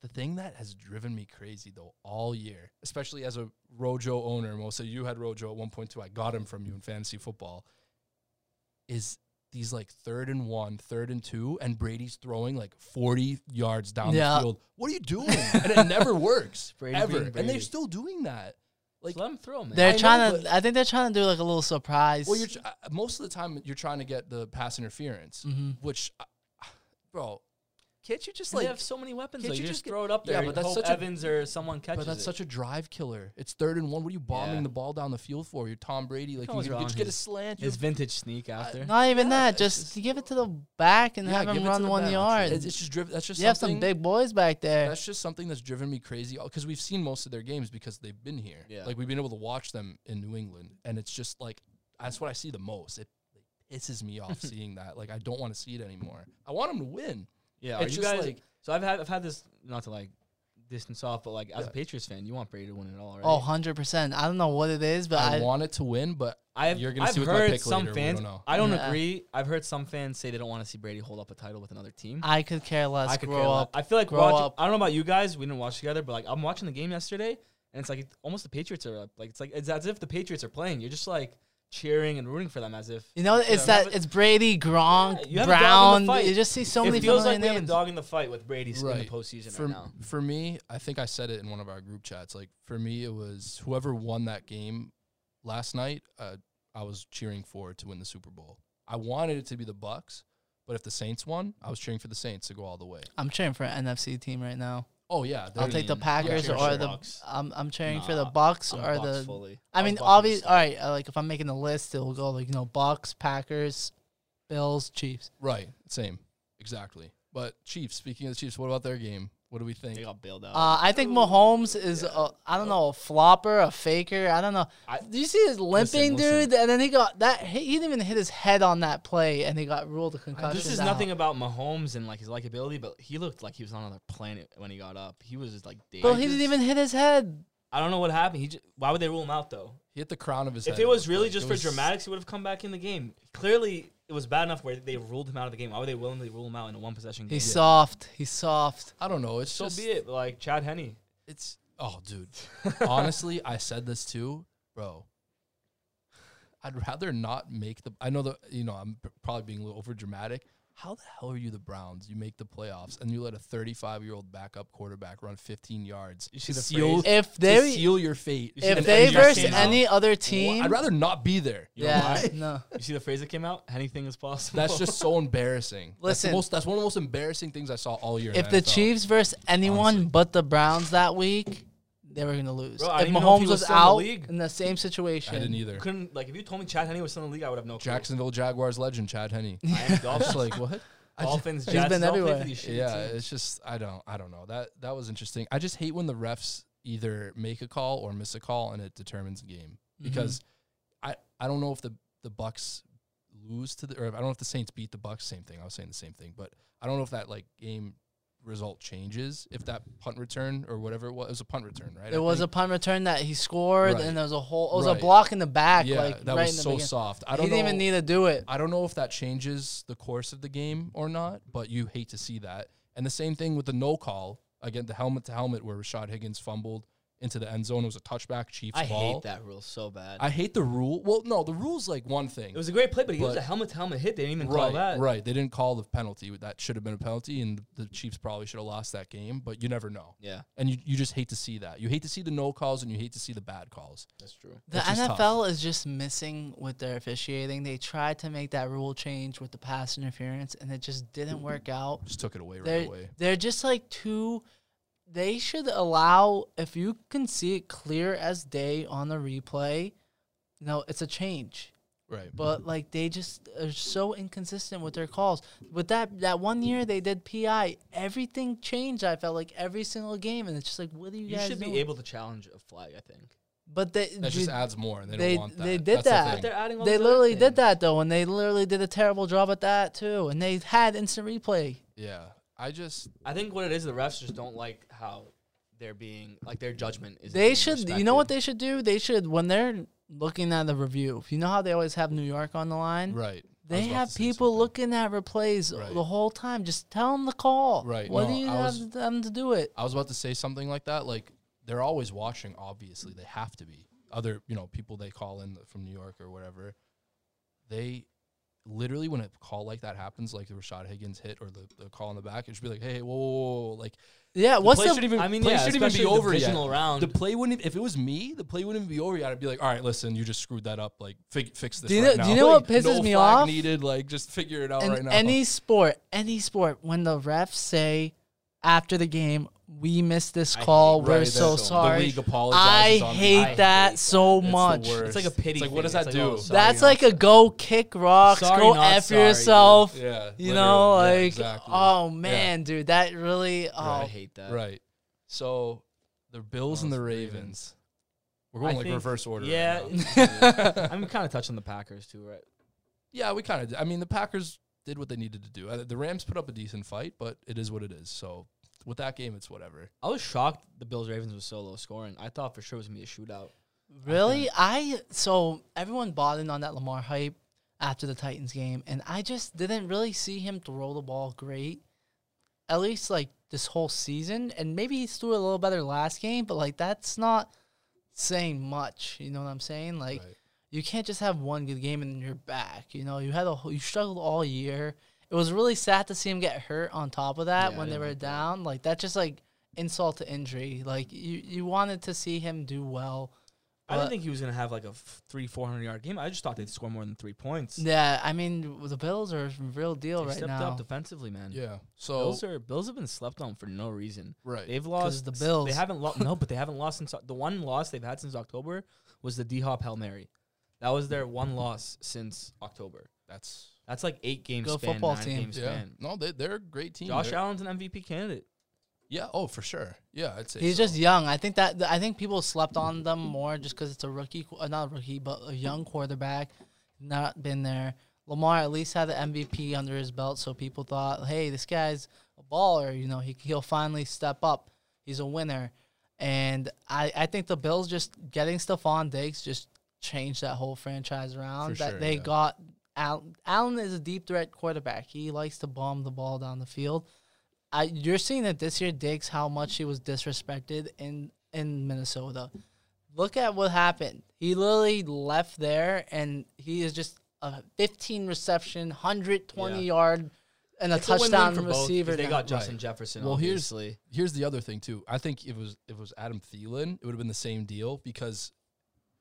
A: The thing that has driven me crazy though all year, especially as a Rojo owner, most of you had Rojo at one point too. I got him from you in fantasy football. Is these like third and one, third and two, and Brady's throwing like forty yards down
C: Yeah.
A: the field. What are you doing? and it never works
B: Brady
A: ever.
B: being
A: And
B: Brady.
A: they're still doing that. Like
B: Like, let him throw, man.
C: They're
A: know,
C: trying
A: but-
C: to. I think they're trying to do like a little surprise.
A: Well, you're tr- uh, most of the time you're trying to get the pass interference,
C: Mhm.
A: which, uh, bro, can't you just
B: And
A: like?
B: they have so many weapons.
A: Can't
B: Though.
A: you
B: You,
A: just
B: just
A: get-
B: throw it up
A: Yeah,
B: there.
A: but
B: and
A: that's
B: hope
A: such a-
B: Evans or someone catches
A: but that's
B: it.
A: such a drive killer. It's third and one. What are you bombing
B: Yeah.
A: the ball down the field for? You're Tom Brady. Like you
B: Something's
A: can
B: wrong.
A: just get a
B: His-
A: slant.
B: his
A: you're-
B: vintage sneak after.
C: Not even
A: Yeah,
C: that.
A: it's
C: Just
A: just-
C: give it to the back and
A: yeah,
C: have
A: give it
C: him
A: to
C: run
A: the
C: one
A: back.
C: yard.
A: It's, it's just driven. That's just
C: you have
A: something-
C: some big boys back there.
A: That's just something that's driven me crazy because we've seen most of their games because they've been here.
B: Yeah.
A: Like we've been able to watch them in New England, and it's just like that's what I see the most. It pisses me off seeing that. Like I don't want to see it anymore. I want them to win.
B: Yeah,
A: It's
B: are you
A: just
B: guys,
A: like-
B: so I've had I've had this not to like distance off, but like as
A: Yeah.
B: a Patriots fan, you want Brady to win it all, right?
C: Oh, 100%. I don't know what it is, but
A: I,
C: I,
A: want it to win, but
B: I've
A: you're gonna
B: I've
A: see with my
B: heard
A: pick
B: some
A: later, we
B: fans.
A: don't know.
B: I don't
C: Yeah.
B: agree. I've heard some fans say they don't want to see Brady hold up a title with another team.
C: I could care less.
B: I
C: grow
B: care less.
C: up.
B: I feel like
C: Grow
B: watching,
C: up.
B: I don't know about you guys. We didn't watch together, but like I'm watching the game yesterday, and it's like it- almost the Patriots are up. like it's like it's as if the Patriots are playing. You're just like cheering and rooting for them as if
C: You know, it's
B: Yeah.
C: that it's Brady, Gronk,
B: Yeah, you have a dog in the
C: Brown.
B: fight.
C: You just see so
B: it
C: many
B: feels
C: familiar
B: like we have a
C: names.
B: dog in the fight with Brady in the
A: Right.
B: postseason
A: for
B: right now.
A: for me, I think I said it in one of our group chats. Like for me, it was whoever won that game last night. Uh, I was cheering for to win the Super Bowl. I wanted it to be the Bucks, but if the Saints won, I was cheering for the Saints to go all the way.
C: I'm cheering for an NFC team right now.
A: Oh yeah,
C: I'll
A: they're-
C: take the
B: mean,
C: Packers
A: yeah,
C: or
A: sure, sure.
C: the.
B: Bucks.
C: I'm I'm cheering for the
B: Nah,
C: Bucks
B: I'm
C: or
B: Bucks
C: the.
B: fully.
C: I
B: I'm
C: mean,
B: Bucks
C: obviously,
B: fully.
C: all right. uh, Like if I'm making a list, it'll go like you know, Bucks, Packers, Bills, Chiefs.
A: Right. Same. Exactly. But Chiefs, speaking of the Chiefs, what about their game? What do we think?
B: They got bailed out.
C: Uh, I think Mahomes is a I don't know a flopper, a faker. I don't know.
B: I-
C: Do you see his limping,
B: listen.
C: dude? And then he got that. He, he didn't even hit his head on that play, and he got ruled a concussion.
B: This is
C: out.
B: nothing about Mahomes and like his likability, but he looked like he was on another planet when he got up. He was just like, dead.
C: Bro, he didn't even hit his head.
B: I don't know what happened. He just, why would they rule him out though?
A: he hit the crown of his head.
B: If it was
A: looked
B: really
A: like.
B: just
A: It
B: for
A: was-
B: dramatics, he would have come back in the game. Clearly, it it was bad enough where they ruled him out of the game. Why were they willing to rule him out in a one possession game?
C: He's soft. He's soft.
A: I don't know. It's
B: so
A: just
B: be it. but, Like Chad Henney.
A: it's oh dude. Honestly, I said this too, bro. I'd rather not make the I know that you know, I'm p- probably being a little over dramatic. How the hell are you the Browns? You make the playoffs and you let a 35-year-old backup quarterback run 15 yards.
B: You
A: to
B: see the
A: seal,
B: phrase?
C: If
A: to
C: they
A: seal your fate.
B: You see
A: and
C: if
B: the
C: they
A: end your
B: verse
C: verse
A: season.
B: team.
C: any other
A: Well,
C: team,
A: I'd rather not be there.
B: You know
C: yeah,
B: why?
C: no.
B: You see the phrase that came out? Anything is possible.
A: That's just so embarrassing. that's, the
C: Listen.
A: most, that's one of the most embarrassing things I saw all year. in
C: If the
A: NFL.
C: Chiefs versus anyone
A: Honestly.
C: but the Browns that week, they were gonna lose.
B: Bro, I
C: if
B: didn't even know if
C: Mahomes
B: he was
C: was
B: still in the
C: out
B: league.
C: in the same situation,
A: I didn't
B: You
A: either.
B: couldn't like if you told me Chad Henney was still in the league, I would have no clue.
A: Jacksonville Jaguars legend Chad Henney.
B: Miami
A: I'm
B: Dolphins,
A: just like what? I just-
B: Dolphins,
C: He's
B: Jets.
C: been
B: they all play for
C: everywhere.
B: these shitty
A: yeah,
B: teams.
A: it's just I don't I don't know that that was interesting. I just hate when the refs either make a call or miss a call and it determines the game
C: Mm-hmm.
A: because I I don't know if the the Bucks lose to the or I don't know if the Saints beat the Bucks. Same thing. I was saying the same thing, but I don't know if that like game result changes if that punt return or whatever it was. It was a punt return, right? I
C: there was
A: think.
C: a punt return that he scored,
A: Right.
C: and there was a whole. It was
A: Right.
C: a block in the back,
A: yeah
C: like
A: that
C: right in
A: was
C: the
A: so
C: beginning.
A: soft. I
C: He
A: don't
C: didn't
A: know.
C: even need to do it.
A: I don't know if that changes the course of the game or not, but you hate to see that. And the same thing with the no call again, the helmet to helmet where Rashad Higgins fumbled into the end zone. It was a touchback. Chiefs
B: I
A: ball.
B: hate that rule so bad.
A: I hate the rule. Well, no, the rule's like one thing.
B: it was a great play, but he was
A: But-
B: a helmet to helmet hit. They didn't even call
A: right,
B: that.
A: right. They didn't call the penalty. That should have been a penalty, and the Chiefs probably should have lost that game. But you never know,
B: Yeah,
A: and you, you just hate to see that. You hate to see the no calls, and you hate to see the bad calls.
B: that's true.
C: The
A: It's just
C: NFL
A: tough.
C: is just missing with their officiating. They tried to make that rule change with the pass interference, and it just didn't work out.
A: Just took it away right
C: They're,
A: away.
C: they're just like too. They should allow if you can see it clear as day on the replay. No, it's a change,
A: Right.
C: but like they just are so inconsistent with their calls. With that that one year they did PI, everything changed. I felt like every single game, and it's just like, what are you,
B: You
C: guys
B: should be
C: doing?
B: able to challenge a flag. I think.
C: But they
A: That
C: you-
A: just adds more, and they,
C: they-
A: don't want that.
C: they did
A: That's the
C: that.
A: thing.
B: But they're adding. All
C: They
B: these other
C: literally
B: things.
C: did that though, and they literally did a terrible job at that too. And they had instant replay.
A: Yeah. I just
B: I think what it is, the refs just don't like how they're being like their judgment is.
C: They should, you know what they should do? They should when they're looking at the review. You know how they always have New York on the line.
A: right. I was
C: They
A: about
C: have
A: to say
C: people
A: something.
C: looking at replays
A: Right.
C: the whole time. Just tell them the call.
A: Right.
C: What
A: No,
C: do you
A: I
C: have
A: was-
C: them to do it?
A: I was about to say something like that. Like they're always watching. Obviously, they have to be. Other, you know, people they call in from New York or whatever. They literally, when a call like that happens, like the Rashad Higgins hit or the, the call in the back, it should be like, "Hey, whoa, whoa, whoa, whoa. like
C: Yeah.
A: the
C: what's
A: play
C: the?
A: should even,
B: I mean,
A: play
B: yeah,
A: should even be
B: especially
A: over yet.
B: divisional round.
A: The play wouldn't. If it was me, the play wouldn't be over yet. I'd be like, "All right, listen, you just screwed that up. Like, fig- fix this."
C: Do you
A: right now.
C: know- do you know what
A: Like,
C: pisses
A: no
C: me
A: flag
C: off?
A: Needed. Like, just figure it out
C: in
A: right now.
C: any sport, any sport, when the refs say after the game, "We missed this
B: I
C: call.
B: hate-
C: We're
A: Right,
C: so
A: the- The
C: sorry."
A: league apologizes
C: I
A: on
C: hate
B: hate
C: that
B: that.
C: so
A: It's the
C: much.
A: worst.
B: It's like a pity.
A: It's like, what does
B: thing.
A: that
B: It's like, oh,
A: do?
B: sorry,
C: That's
B: you're
C: like
B: not
C: a go kick rocks,
B: Sorry,
C: go
B: not
C: f
B: sorry, dude.
C: yourself.
A: Yeah,
C: You
A: literally.
C: know,
A: Yeah,
C: like
A: exactly.
C: oh man, dude, that really oh
B: sorry. I hate that.
A: Right. So the Bills and
B: Bills,
A: the
B: Ravens.
A: Ravens. We're going
B: I
A: like
B: think-
A: reverse order. right
B: Yeah.
A: now.
B: I'm kind of touching the Packers too, right?
A: yeah, we kind of. I mean, the Packers did what they needed to do. Uh, The Rams put up a decent fight, but it is what it is. So with that game, it's whatever.
B: I was shocked the Bills Ravens was so low scoring. I thought for sure it was gonna be a shootout.
C: really? I so everyone bought in on that Lamar hype after the Titans game, and I just didn't really see him throw the ball great. At least like this whole season, and maybe he threw it a little better last game, but like that's not saying much. You know what I'm saying? Like
A: right.
C: you can't just have one good game and then you're back. You know, you had a whole, you struggled all year. It was really sad to see him get hurt on top of that
B: Yeah, I
C: when they
B: didn't
C: were
B: like that.
C: down. Like that's just like insult to injury. Like you you wanted to see him do well.
B: I didn't
C: But-
B: think he was gonna have like a f- three, four hundred yard game. I just thought they'd score more than three points.
C: Yeah, I mean the Bills are a real deal
B: They
C: right
B: stepped
C: now.
B: up defensively, man.
A: Yeah. So
B: Bills Mm. are Bills have been slept on for no reason.
A: right.
B: They've
C: 'Cause
B: lost
C: the
B: s-
C: Bills.
B: They haven't lost. no, but they haven't lost since the one loss they've had since October was the D Hop Hail Mary. That was their one loss since October.
A: That's
B: That's like eight games.
C: Good
B: span,
C: football
B: nine
C: team.
B: Game
A: yeah.
B: span.
A: No, they they're a great team.
B: Josh
A: They're-
B: Allen's an MVP candidate.
A: Yeah. Oh, for sure. Yeah, I'd say
C: He's
A: so.
C: just young. I think that I think people slept on them more just because it's a rookie, qu- uh, not a rookie, but a young quarterback, not been there. Lamar at least had the MVP under his belt, so people thought, hey, this guy's a baller. You know, he he'll finally step up. He's a winner, and I I think the Bills just getting Stephon Diggs just changed that whole franchise around.
A: For
C: that
A: sure,
C: they
A: yeah.
C: got Allen, Allen is a deep threat quarterback. He likes to bomb the ball down the field. I, you're seeing it this year, Diggs, how much he was disrespected in, in Minnesota. Look at what happened. He literally left there, and he is just a 15 reception, 120
B: Yeah.
C: yard, and a
B: It's win-win
C: touchdown
B: for both 'cause
C: receiver.
B: They
C: now.
B: got Justin Jefferson.
A: Well, here's-
B: obviously.
A: Here's the other thing too. I think if it was if it was Adam Thielen, it would have been the same deal because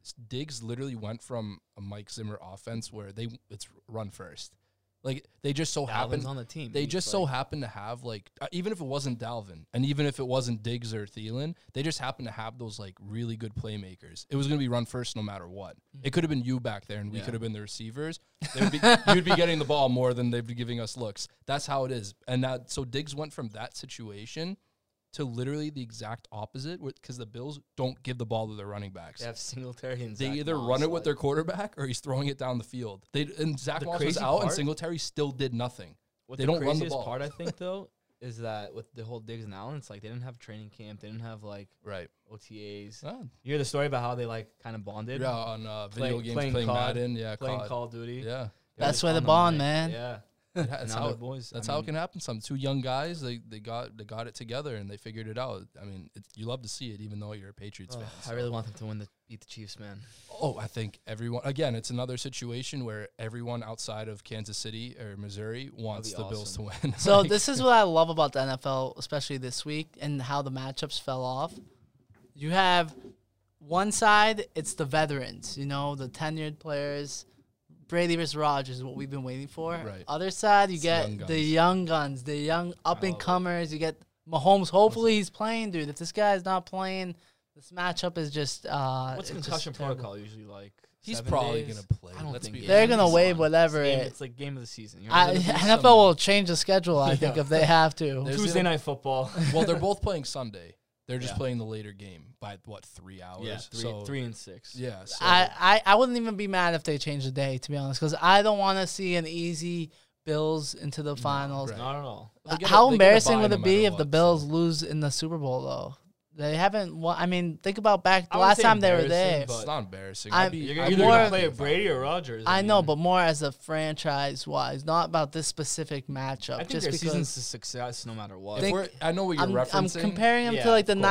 A: s- Diggs literally went from a Mike Zimmer offense where they it's run first. Like they just so
B: Alvin's
A: happened
B: on the team.
A: they
B: He's
A: just so
B: like-
A: happen to have like uh, even if it wasn't Dalvin and even if it wasn't Diggs or Thielen, they just happen to have those like really good playmakers. It was going to be run first no matter what. It could have been you back there and we
B: Mm-hmm. Yeah.
A: could have been the receivers. They would be, you'd be getting the ball more than they'd be giving us looks. That's how it is. And that so Diggs went from that situation to literally the exact opposite because the Bills don't give the ball to their running backs.
B: They have Singletary and
A: They
B: Zach
A: either
B: Moss,
A: run it with
B: like-
A: their quarterback or he's throwing it down the field. They and Zach
B: The
A: Moss was
B: crazy
A: out and
B: part-
A: Singletary still did nothing.
B: What
A: They
B: the
A: don't run the
B: craziest
A: ball.
B: part, I think, though, is that with the whole Diggs and Allen, it's like they didn't have training camp. They didn't have like
A: Right.
B: OTAs. You hear the story about how they like kind of bonded.
A: Yeah, on uh,
B: Play-
A: video games, playing,
B: playing COD,
A: Madden. Yeah,
B: Playing
A: COD.
B: Call of Duty.
A: Yeah,
B: They were
C: That's
B: just
C: where
B: on
C: the
B: the
C: bond,
B: mic.
C: man.
B: Yeah.
A: It- that's
B: now
A: how
B: they're
A: it-
B: boys. I
A: that's how
B: mean-
A: it can happen. Some two young guys, they, they got they got it together and they figured it out. I mean, it, you love to see it, even though you're a Patriots
B: Ugh,
A: fan.
B: I really want them to win the beat the Chiefs, man.
A: Oh, I think everyone again. It's another situation where everyone outside of Kansas City or Missouri wants
B: be
A: the Bills to win.
C: So
A: Like,
C: this is what I love about the NFL, especially this week, and how the matchups fell off. You have one side; it's the veterans, you know, the tenured players. Brady versus Rogers is what we've been waiting for.
A: Right.
C: Other side, you
A: It's
C: get
A: young guns.
C: the young guns, the young up
B: love
C: and
B: it.
C: comers. You get Mahomes. Hopefully, he's playing, dude. If this guy is not playing, this matchup is just uh,
B: What's
C: it's just
B: concussion
C: terrible.
B: protocol usually like?
A: he's
B: seven
A: probably
B: days?
A: gonna play.
B: I don't
A: Let's
B: think
A: be
B: it
C: They're
B: is.
C: gonna
B: It's
C: wave
B: on.
C: whatever
B: It's, game-
C: it-
B: it's like game of the season. You're
C: I,
B: gonna lose
C: NFL
B: some-
C: will change the schedule, I think, if they have to.
A: There's
B: Tuesday
A: the-
B: night football.
A: well, they're both playing Sunday. They're just
B: Yeah.
A: playing the later game by what three hours?
B: yeah, three,
A: So-
B: three and six.
A: Yeah, so
C: I, I, I wouldn't even be mad if they changed the day, to be honest, because I don't want to see an easy Bills into the finals.
A: right.
B: Not at all.
A: They get a-
C: How
A: they get a
C: embarrassing
A: bye
C: would
A: no
C: it be
A: matter
C: if the
A: what,
C: Bills
A: so.
C: lose in the Super Bowl, though? They haven't won. I mean, think about back the
B: I wouldn't
C: last
B: say
C: time they were
B: embarrassing,
C: there.
B: but-
A: It's not embarrassing.
C: I'm-
A: I'd be,
B: You're
A: I'd
B: gonna
A: be
B: either
C: more-
A: happy
B: gonna play
A: if I-
B: Brady or Rogers.
C: I know,
B: mean,
C: but more as a franchise wise, not about this specific matchup.
B: I think
C: just
B: their
C: because
B: season's a success no matter what.
A: If
C: Think-
A: we're, I know what you're
C: I'm,
A: referencing.
C: I'm comparing them to
B: Yeah,
C: like the
B: of course.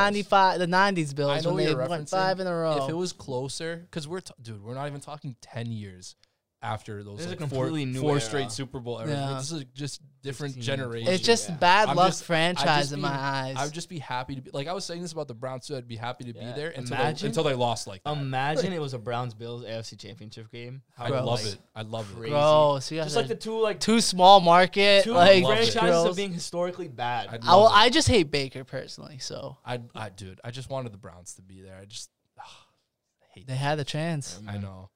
C: 95, the 90s
A: I
C: Bills
A: know
C: when they
A: what you're
C: went
A: referencing.
C: five in a row.
A: If it was closer, because we're t- dude, we're not even talking ten years after those
B: This is
A: like
B: a
A: four,
B: completely new
A: four
B: era.
A: straight Super Bowl eras.
C: Yeah.
A: This is just different
B: 15,
A: generation.
C: it's just
B: Yeah.
C: bad
A: I'm
C: luck
A: just- I'd just
C: franchise in
A: be-
C: my eyes.
A: I would just be happy to be like I was saying this about the Browns too. I'd be happy to
B: Yeah.
A: be there until they,
B: Imagine-
A: until they lost like
C: Um,
A: that.
B: Imagine it was a Browns Bills AFC Championship game.
A: I
C: Bro,
A: love
B: like,
A: it. I love
B: crazy.
A: it.
C: Bro, so you
B: Just
C: guys are
B: like the two like
C: too small market.
B: two
C: like
A: love it.
B: franchises
C: girls.
B: of being historically bad.
A: I'd
C: I, will,
A: love it.
C: I just hate Baker personally. So
A: I, I, dude, I just wanted the Browns to be there. I just, hate.
C: they had the chance.
A: I know.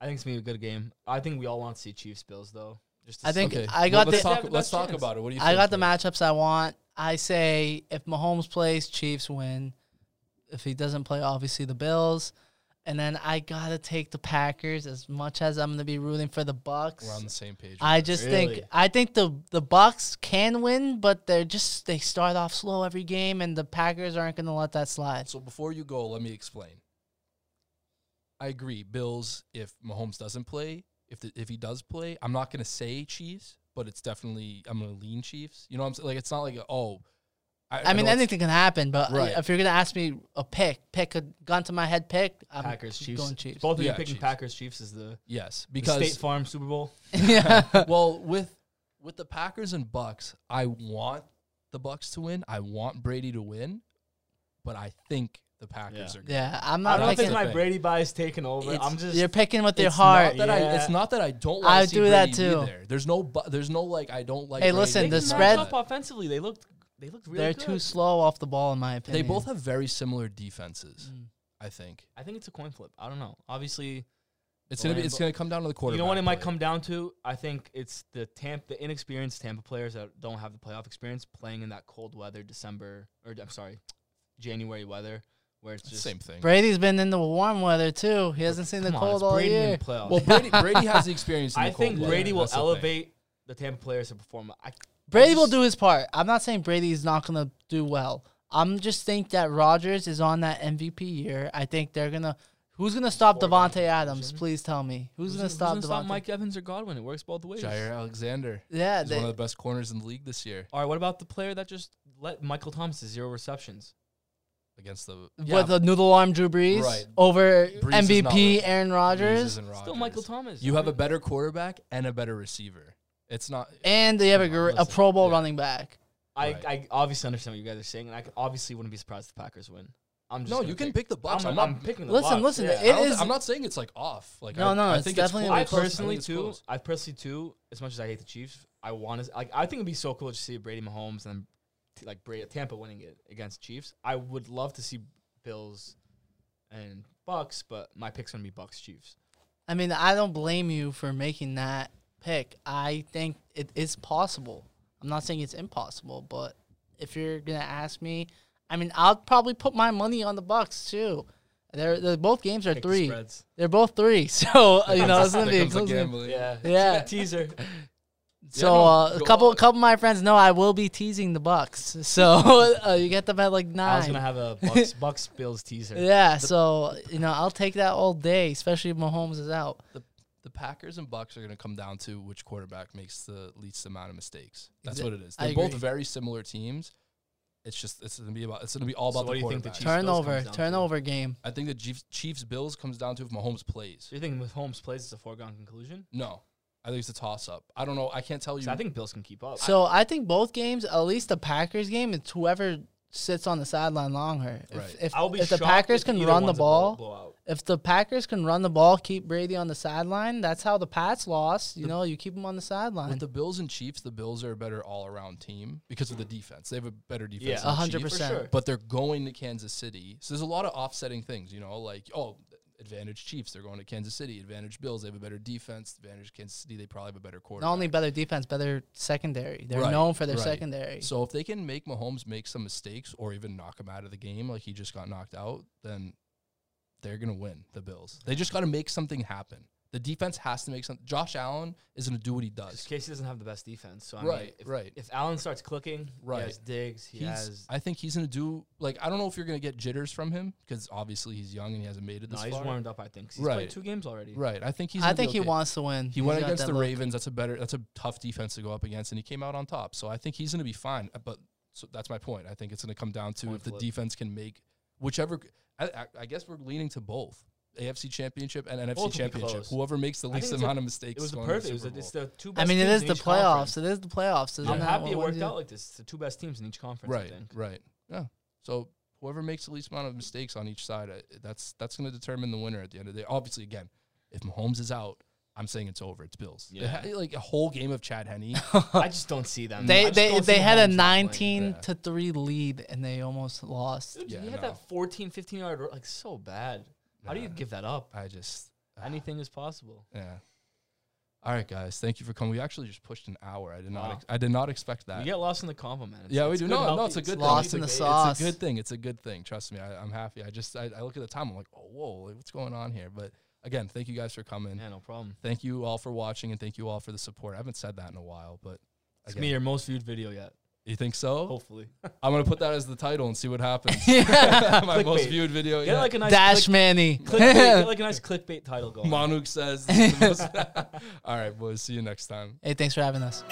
B: I think it's gonna be a good game. I think we all want to see Chiefs Bills though. Just to
C: I
B: see-
C: think
A: Okay,
C: I got
A: let's
C: the-
A: talk,
B: They have the
A: let's
B: best
A: talk
B: chance.
A: about it. What do you?
C: I
A: think,
C: got the
A: Blake?
C: matchups I want. I say if Mahomes plays, Chiefs win. If he doesn't play, obviously the Bills. And then I gotta take the Packers as much as I'm gonna be rooting for the Bucks.
A: We're on the same page.
C: I just think
B: Really?
C: I think the the Bucks can win, but they're just they start off slow every game, and the Packers aren't gonna let that slide.
A: So before you go, let me explain. I agree, Bills. If Mahomes doesn't play, if the, if he does play, I'm not gonna say Chiefs, but it's definitely I'm gonna lean Chiefs. You know, what I'm saying like it's not like oh.
C: I
A: know
C: mean,
A: it's-
C: anything can happen, but
A: Right.
C: if you're gonna ask me a pick, pick a gun to my head, pick I'm
B: Packers Chiefs.
C: going Chiefs.
B: Both of you
A: Yeah,
B: picking
A: Chiefs.
B: Packers Chiefs is the,
A: Yes,
B: the
A: because
B: State Farm Super Bowl.
C: yeah,
A: well, with with the Packers and Bucks, I want the Bucks to win. I want Brady to win, but I think the Packers
B: Yeah.
A: are. Gonna
C: yeah. I'm
B: I
C: not
B: don't know if it's
C: picking.
A: the
B: my
A: thing.
B: Brady bias taking over.
A: It's-
B: I'm just
C: You're picking with your
B: it's not
C: heart.
A: Not that I, it's
B: Yeah.
A: not that I don't.
C: I
A: want to
C: do
A: see
C: that
A: Brady
C: too.
A: Either. There's no. Bu- there's no like. I don't like.
C: Hey,
A: Brady.
C: listen,
B: they
C: the
B: can match
C: spread-
B: up offensively. They looked they looked really
C: They're
B: good.
C: too slow off the ball, in my
A: They
C: opinion.
A: both have very similar defenses.
C: Mm.
A: I think
B: I think it's a coin flip. I don't know. Obviously,
A: it's gonna be.
B: Lambo-
A: It's gonna come down to the
B: you
A: quarterback.
B: know what it might
A: play.
B: come down to? I think it's the Tampa, the inexperienced Tampa players that don't have the playoff experience playing in that cold weather, December or I'm sorry, January weather, where it's
A: It's the
B: just
A: Same thing.
C: Brady's been in the warm weather too. He hasn't seen the
B: Come on,
C: cold
B: it's
C: all
B: Brady in
C: year.
B: the playoffs.
A: Well, Brady, Brady has the experience. In
B: I
A: the cold
B: think
A: weather.
B: Brady will
A: That's the thing.
B: elevate the Tampa players to perform. I,
C: Brady
B: just-
C: will do his part. I'm not saying Brady's not gonna do well. I'm just think that Rodgers is on that MVP year. I think they're gonna Who's gonna stop
B: Four
C: Devonte
B: linemen,
C: Adams?
B: isn't it?
C: Please tell me. Who's, gonna stop Devonte?
B: Mike Evans or Godwin? It works both ways.
A: Jair Alexander
C: yeah,
A: is one
C: they,
A: of the best corners in the league this year
B: All right, what about the player that just let Michael Thomas to zero receptions?
A: against the
C: what the noodle arm Drew Brees
A: Right.
C: over
A: Brees is not
C: MVP
A: relevant.
C: Aaron
A: Breezes
C: Rodgers,
A: and
B: Still
A: Rodgers.
B: Michael Thomas.
A: You have a better quarterback and a better receiver. It's not
C: and they have a,
B: Come on,
C: gr- a
B: listen.
C: Pro Bowl
A: Yeah.
C: running back.
B: I,
A: Right.
B: I obviously understand what you guys are saying, and I c- obviously wouldn't be surprised if the Packers win. I'm just
A: no.
B: gonna
A: You can
B: pick.
A: pick the Bucks.
B: I'm,
A: I'm, not.
B: I'm picking the
C: Listen,
B: Bucks.
C: listen,
B: Yeah.
A: I
C: it
A: don't thi-
C: is.
A: I'm not saying it's like off. Like
C: No,
A: I,
C: no,
A: I
C: it's
A: think
C: definitely
A: It's close.
B: I
C: really close.
A: think it's
B: personally too.
A: close.
B: I personally too. As much as I hate the Chiefs, I want to. Like, I think it'd be so cool to see Brady Mahomes and t- like Brady, Tampa winning it against Chiefs. I would love to see Bills and Bucks, but my pick's gonna be Bucks Chiefs.
C: I mean, I don't blame you for making that pick. I think it is possible. I'm not saying it's impossible, but if you're gonna ask me, I mean, I'll probably put my money on the Bucks too. They're, they're both games are
B: Pick the
C: three.
B: spreads.
C: They're both three, so you know it's
A: There
C: gonna be a
A: comes the
C: close game.
A: gambling.
B: Yeah,
C: Yeah.
B: teaser.
C: So
A: no,
C: uh, a
A: go
C: couple,
A: on.
C: couple of my friends know I will be teasing the Bucks. So uh, you get them at like
B: I was gonna
C: nine.
B: have a Bucks Bucks Bills teaser.
C: Yeah, so you know I'll take that all day, especially if Mahomes is out.
A: The Packers and Bucks are going to come down to which quarterback makes the least amount of mistakes. That's
C: Exa-
A: what it is.
C: I
A: They're both
C: agree.
A: very similar teams. It's just it's going to be about it's going to be all
B: So
A: about
B: what
A: the
B: do you think
A: quarterback.
B: the Chiefs- Bills
C: Turnover,
B: comes down to.
C: turnover game.
A: I think the Chiefs, Chiefs Bills comes down to if Mahomes plays.
B: So you think Mahomes plays is a foregone conclusion?
A: No, I think it's a toss up. I don't know. I can't tell
B: 'Cause
A: you.
B: I think Bills can keep up.
C: So I think both games, at least the Packers game, it's whoever sits on the sideline longer. If
A: Right.
C: if,
B: I'll be
C: if the
B: shocked
C: Packers
B: if
C: can
B: either
C: run the
B: one's a blow-
C: ball,
B: blowout.
C: if the Packers can run the ball, keep Brady on the sideline. That's how the Pats lost. You know, you keep him on the sideline.
A: With the Bills and Chiefs, the Bills are a better all around team because of the defense. They have a better defense.
B: Yeah.
A: than the
C: A hundred
A: Chiefs,
C: percent.
B: sure.
A: But they're going to Kansas City, so there's a lot of offsetting things. You know, like oh, advantage Chiefs, they're going to Kansas City. Advantage Bills, they have a better defense. Advantage Kansas City, they probably have a better quarterback.
C: Not only better defense, better secondary. They're
A: Right,
C: known for their
A: right.
C: secondary.
A: so if they can make Mahomes make some mistakes or even knock him out of the game, like he just got knocked out, then they're gonna win the Bills. They just got to make something happen. The defense has to make something. Josh Allen is gonna do what he
B: 'Cause
A: does.
B: Casey doesn't have the best defense. So I mean,
A: Right,
B: if,
A: right.
B: If Allen starts clicking,
A: Right.
B: he has digs. He
A: he's,
B: has.
A: I think he's gonna do like I don't know if you're gonna get jitters from him because obviously he's young and he hasn't made it
B: No,
A: this
B: he's
A: far.
B: warmed up. I think 'cause he's
A: Right.
B: played two games already.
A: Right. I think he's.
C: I
A: gonna be
C: think he
A: okay.
C: wants to win.
A: He
C: He's
A: went
C: got
A: against
C: that
A: the
C: look.
A: Ravens. That's a better. That's a tough defense to go up against, and he came out on top. So I think he's gonna be fine. Uh, But so that's my point. I think it's gonna come down to
B: Coin
A: if the
B: flip.
A: defense can make whichever. I, I, I guess we're leaning to both. AFC Championship and NFC
B: Both will be
A: Championship.
B: close.
A: Whoever makes the
B: think
A: least
B: it's a-
A: amount of mistakes.
B: It was
A: is
B: the
A: going to
B: perfect. It was
A: Super
B: a, it's
A: Bowl.
B: the two.
C: I
B: Best
C: mean, it
B: teams
C: is
B: in
C: the
B: each
C: playoffs.
B: conference.
C: It is the playoffs. Isn't
B: I'm
C: that
B: happy
C: what-
B: it
C: what
B: worked
C: you-
B: out like this. It's the two best teams in each conference. I
A: right.
B: think.
A: Right. Yeah. So whoever makes the least amount of mistakes on each side, I, that's that's going to determine the winner at the end of the day. Obviously, again, if Mahomes is out, I'm saying it's over. It's Bills. They
B: Yeah.
A: had, like a whole game of Chad Henney.
B: I just don't see them. I
C: They
B: just
C: they
B: don't see
C: they had a
B: Mahomes not playing.
C: 19
A: Yeah.
C: to three lead and they almost lost.
B: Dude,
A: Yeah,
B: he had
A: no.
B: that 14, 15 yard like so bad. How do you
A: Nah.
B: give that up?
A: I just
B: Anything is possible.
A: yeah. All right, guys. Thank you for coming. We actually just pushed an hour. I did not.
B: Wow.
A: Ex- I did not expect
B: You
A: that.
B: get lost in the compliment.
A: Yeah, we do.
B: good,
A: No, no,
B: healthy-
A: it's a good thing.
C: Lost
A: It's
C: in
A: a-
C: the
A: it's
C: sauce.
A: a good thing. It's a good thing. Trust me. I, I'm happy. I just I, I look at the time. I'm like, oh whoa, like, what's going on here? But again, thank you guys for coming.
B: Yeah, no problem.
A: Thank you all for watching and thank you all for the support. I haven't said that in a while, but
B: It's
A: again,
B: gonna be your most viewed video yet.
A: you think so?
B: Hopefully,
A: I'm gonna put that as the title and see what happens. My most
B: Clickbait.
A: viewed video.
B: get
A: yet.
B: like a nice
C: Dash
B: click-
C: Manny.
B: clickbait, get like a nice clickbait title going.
A: Manuk says. this is the most- all right, boys. See you next time.
C: hey, thanks for having us.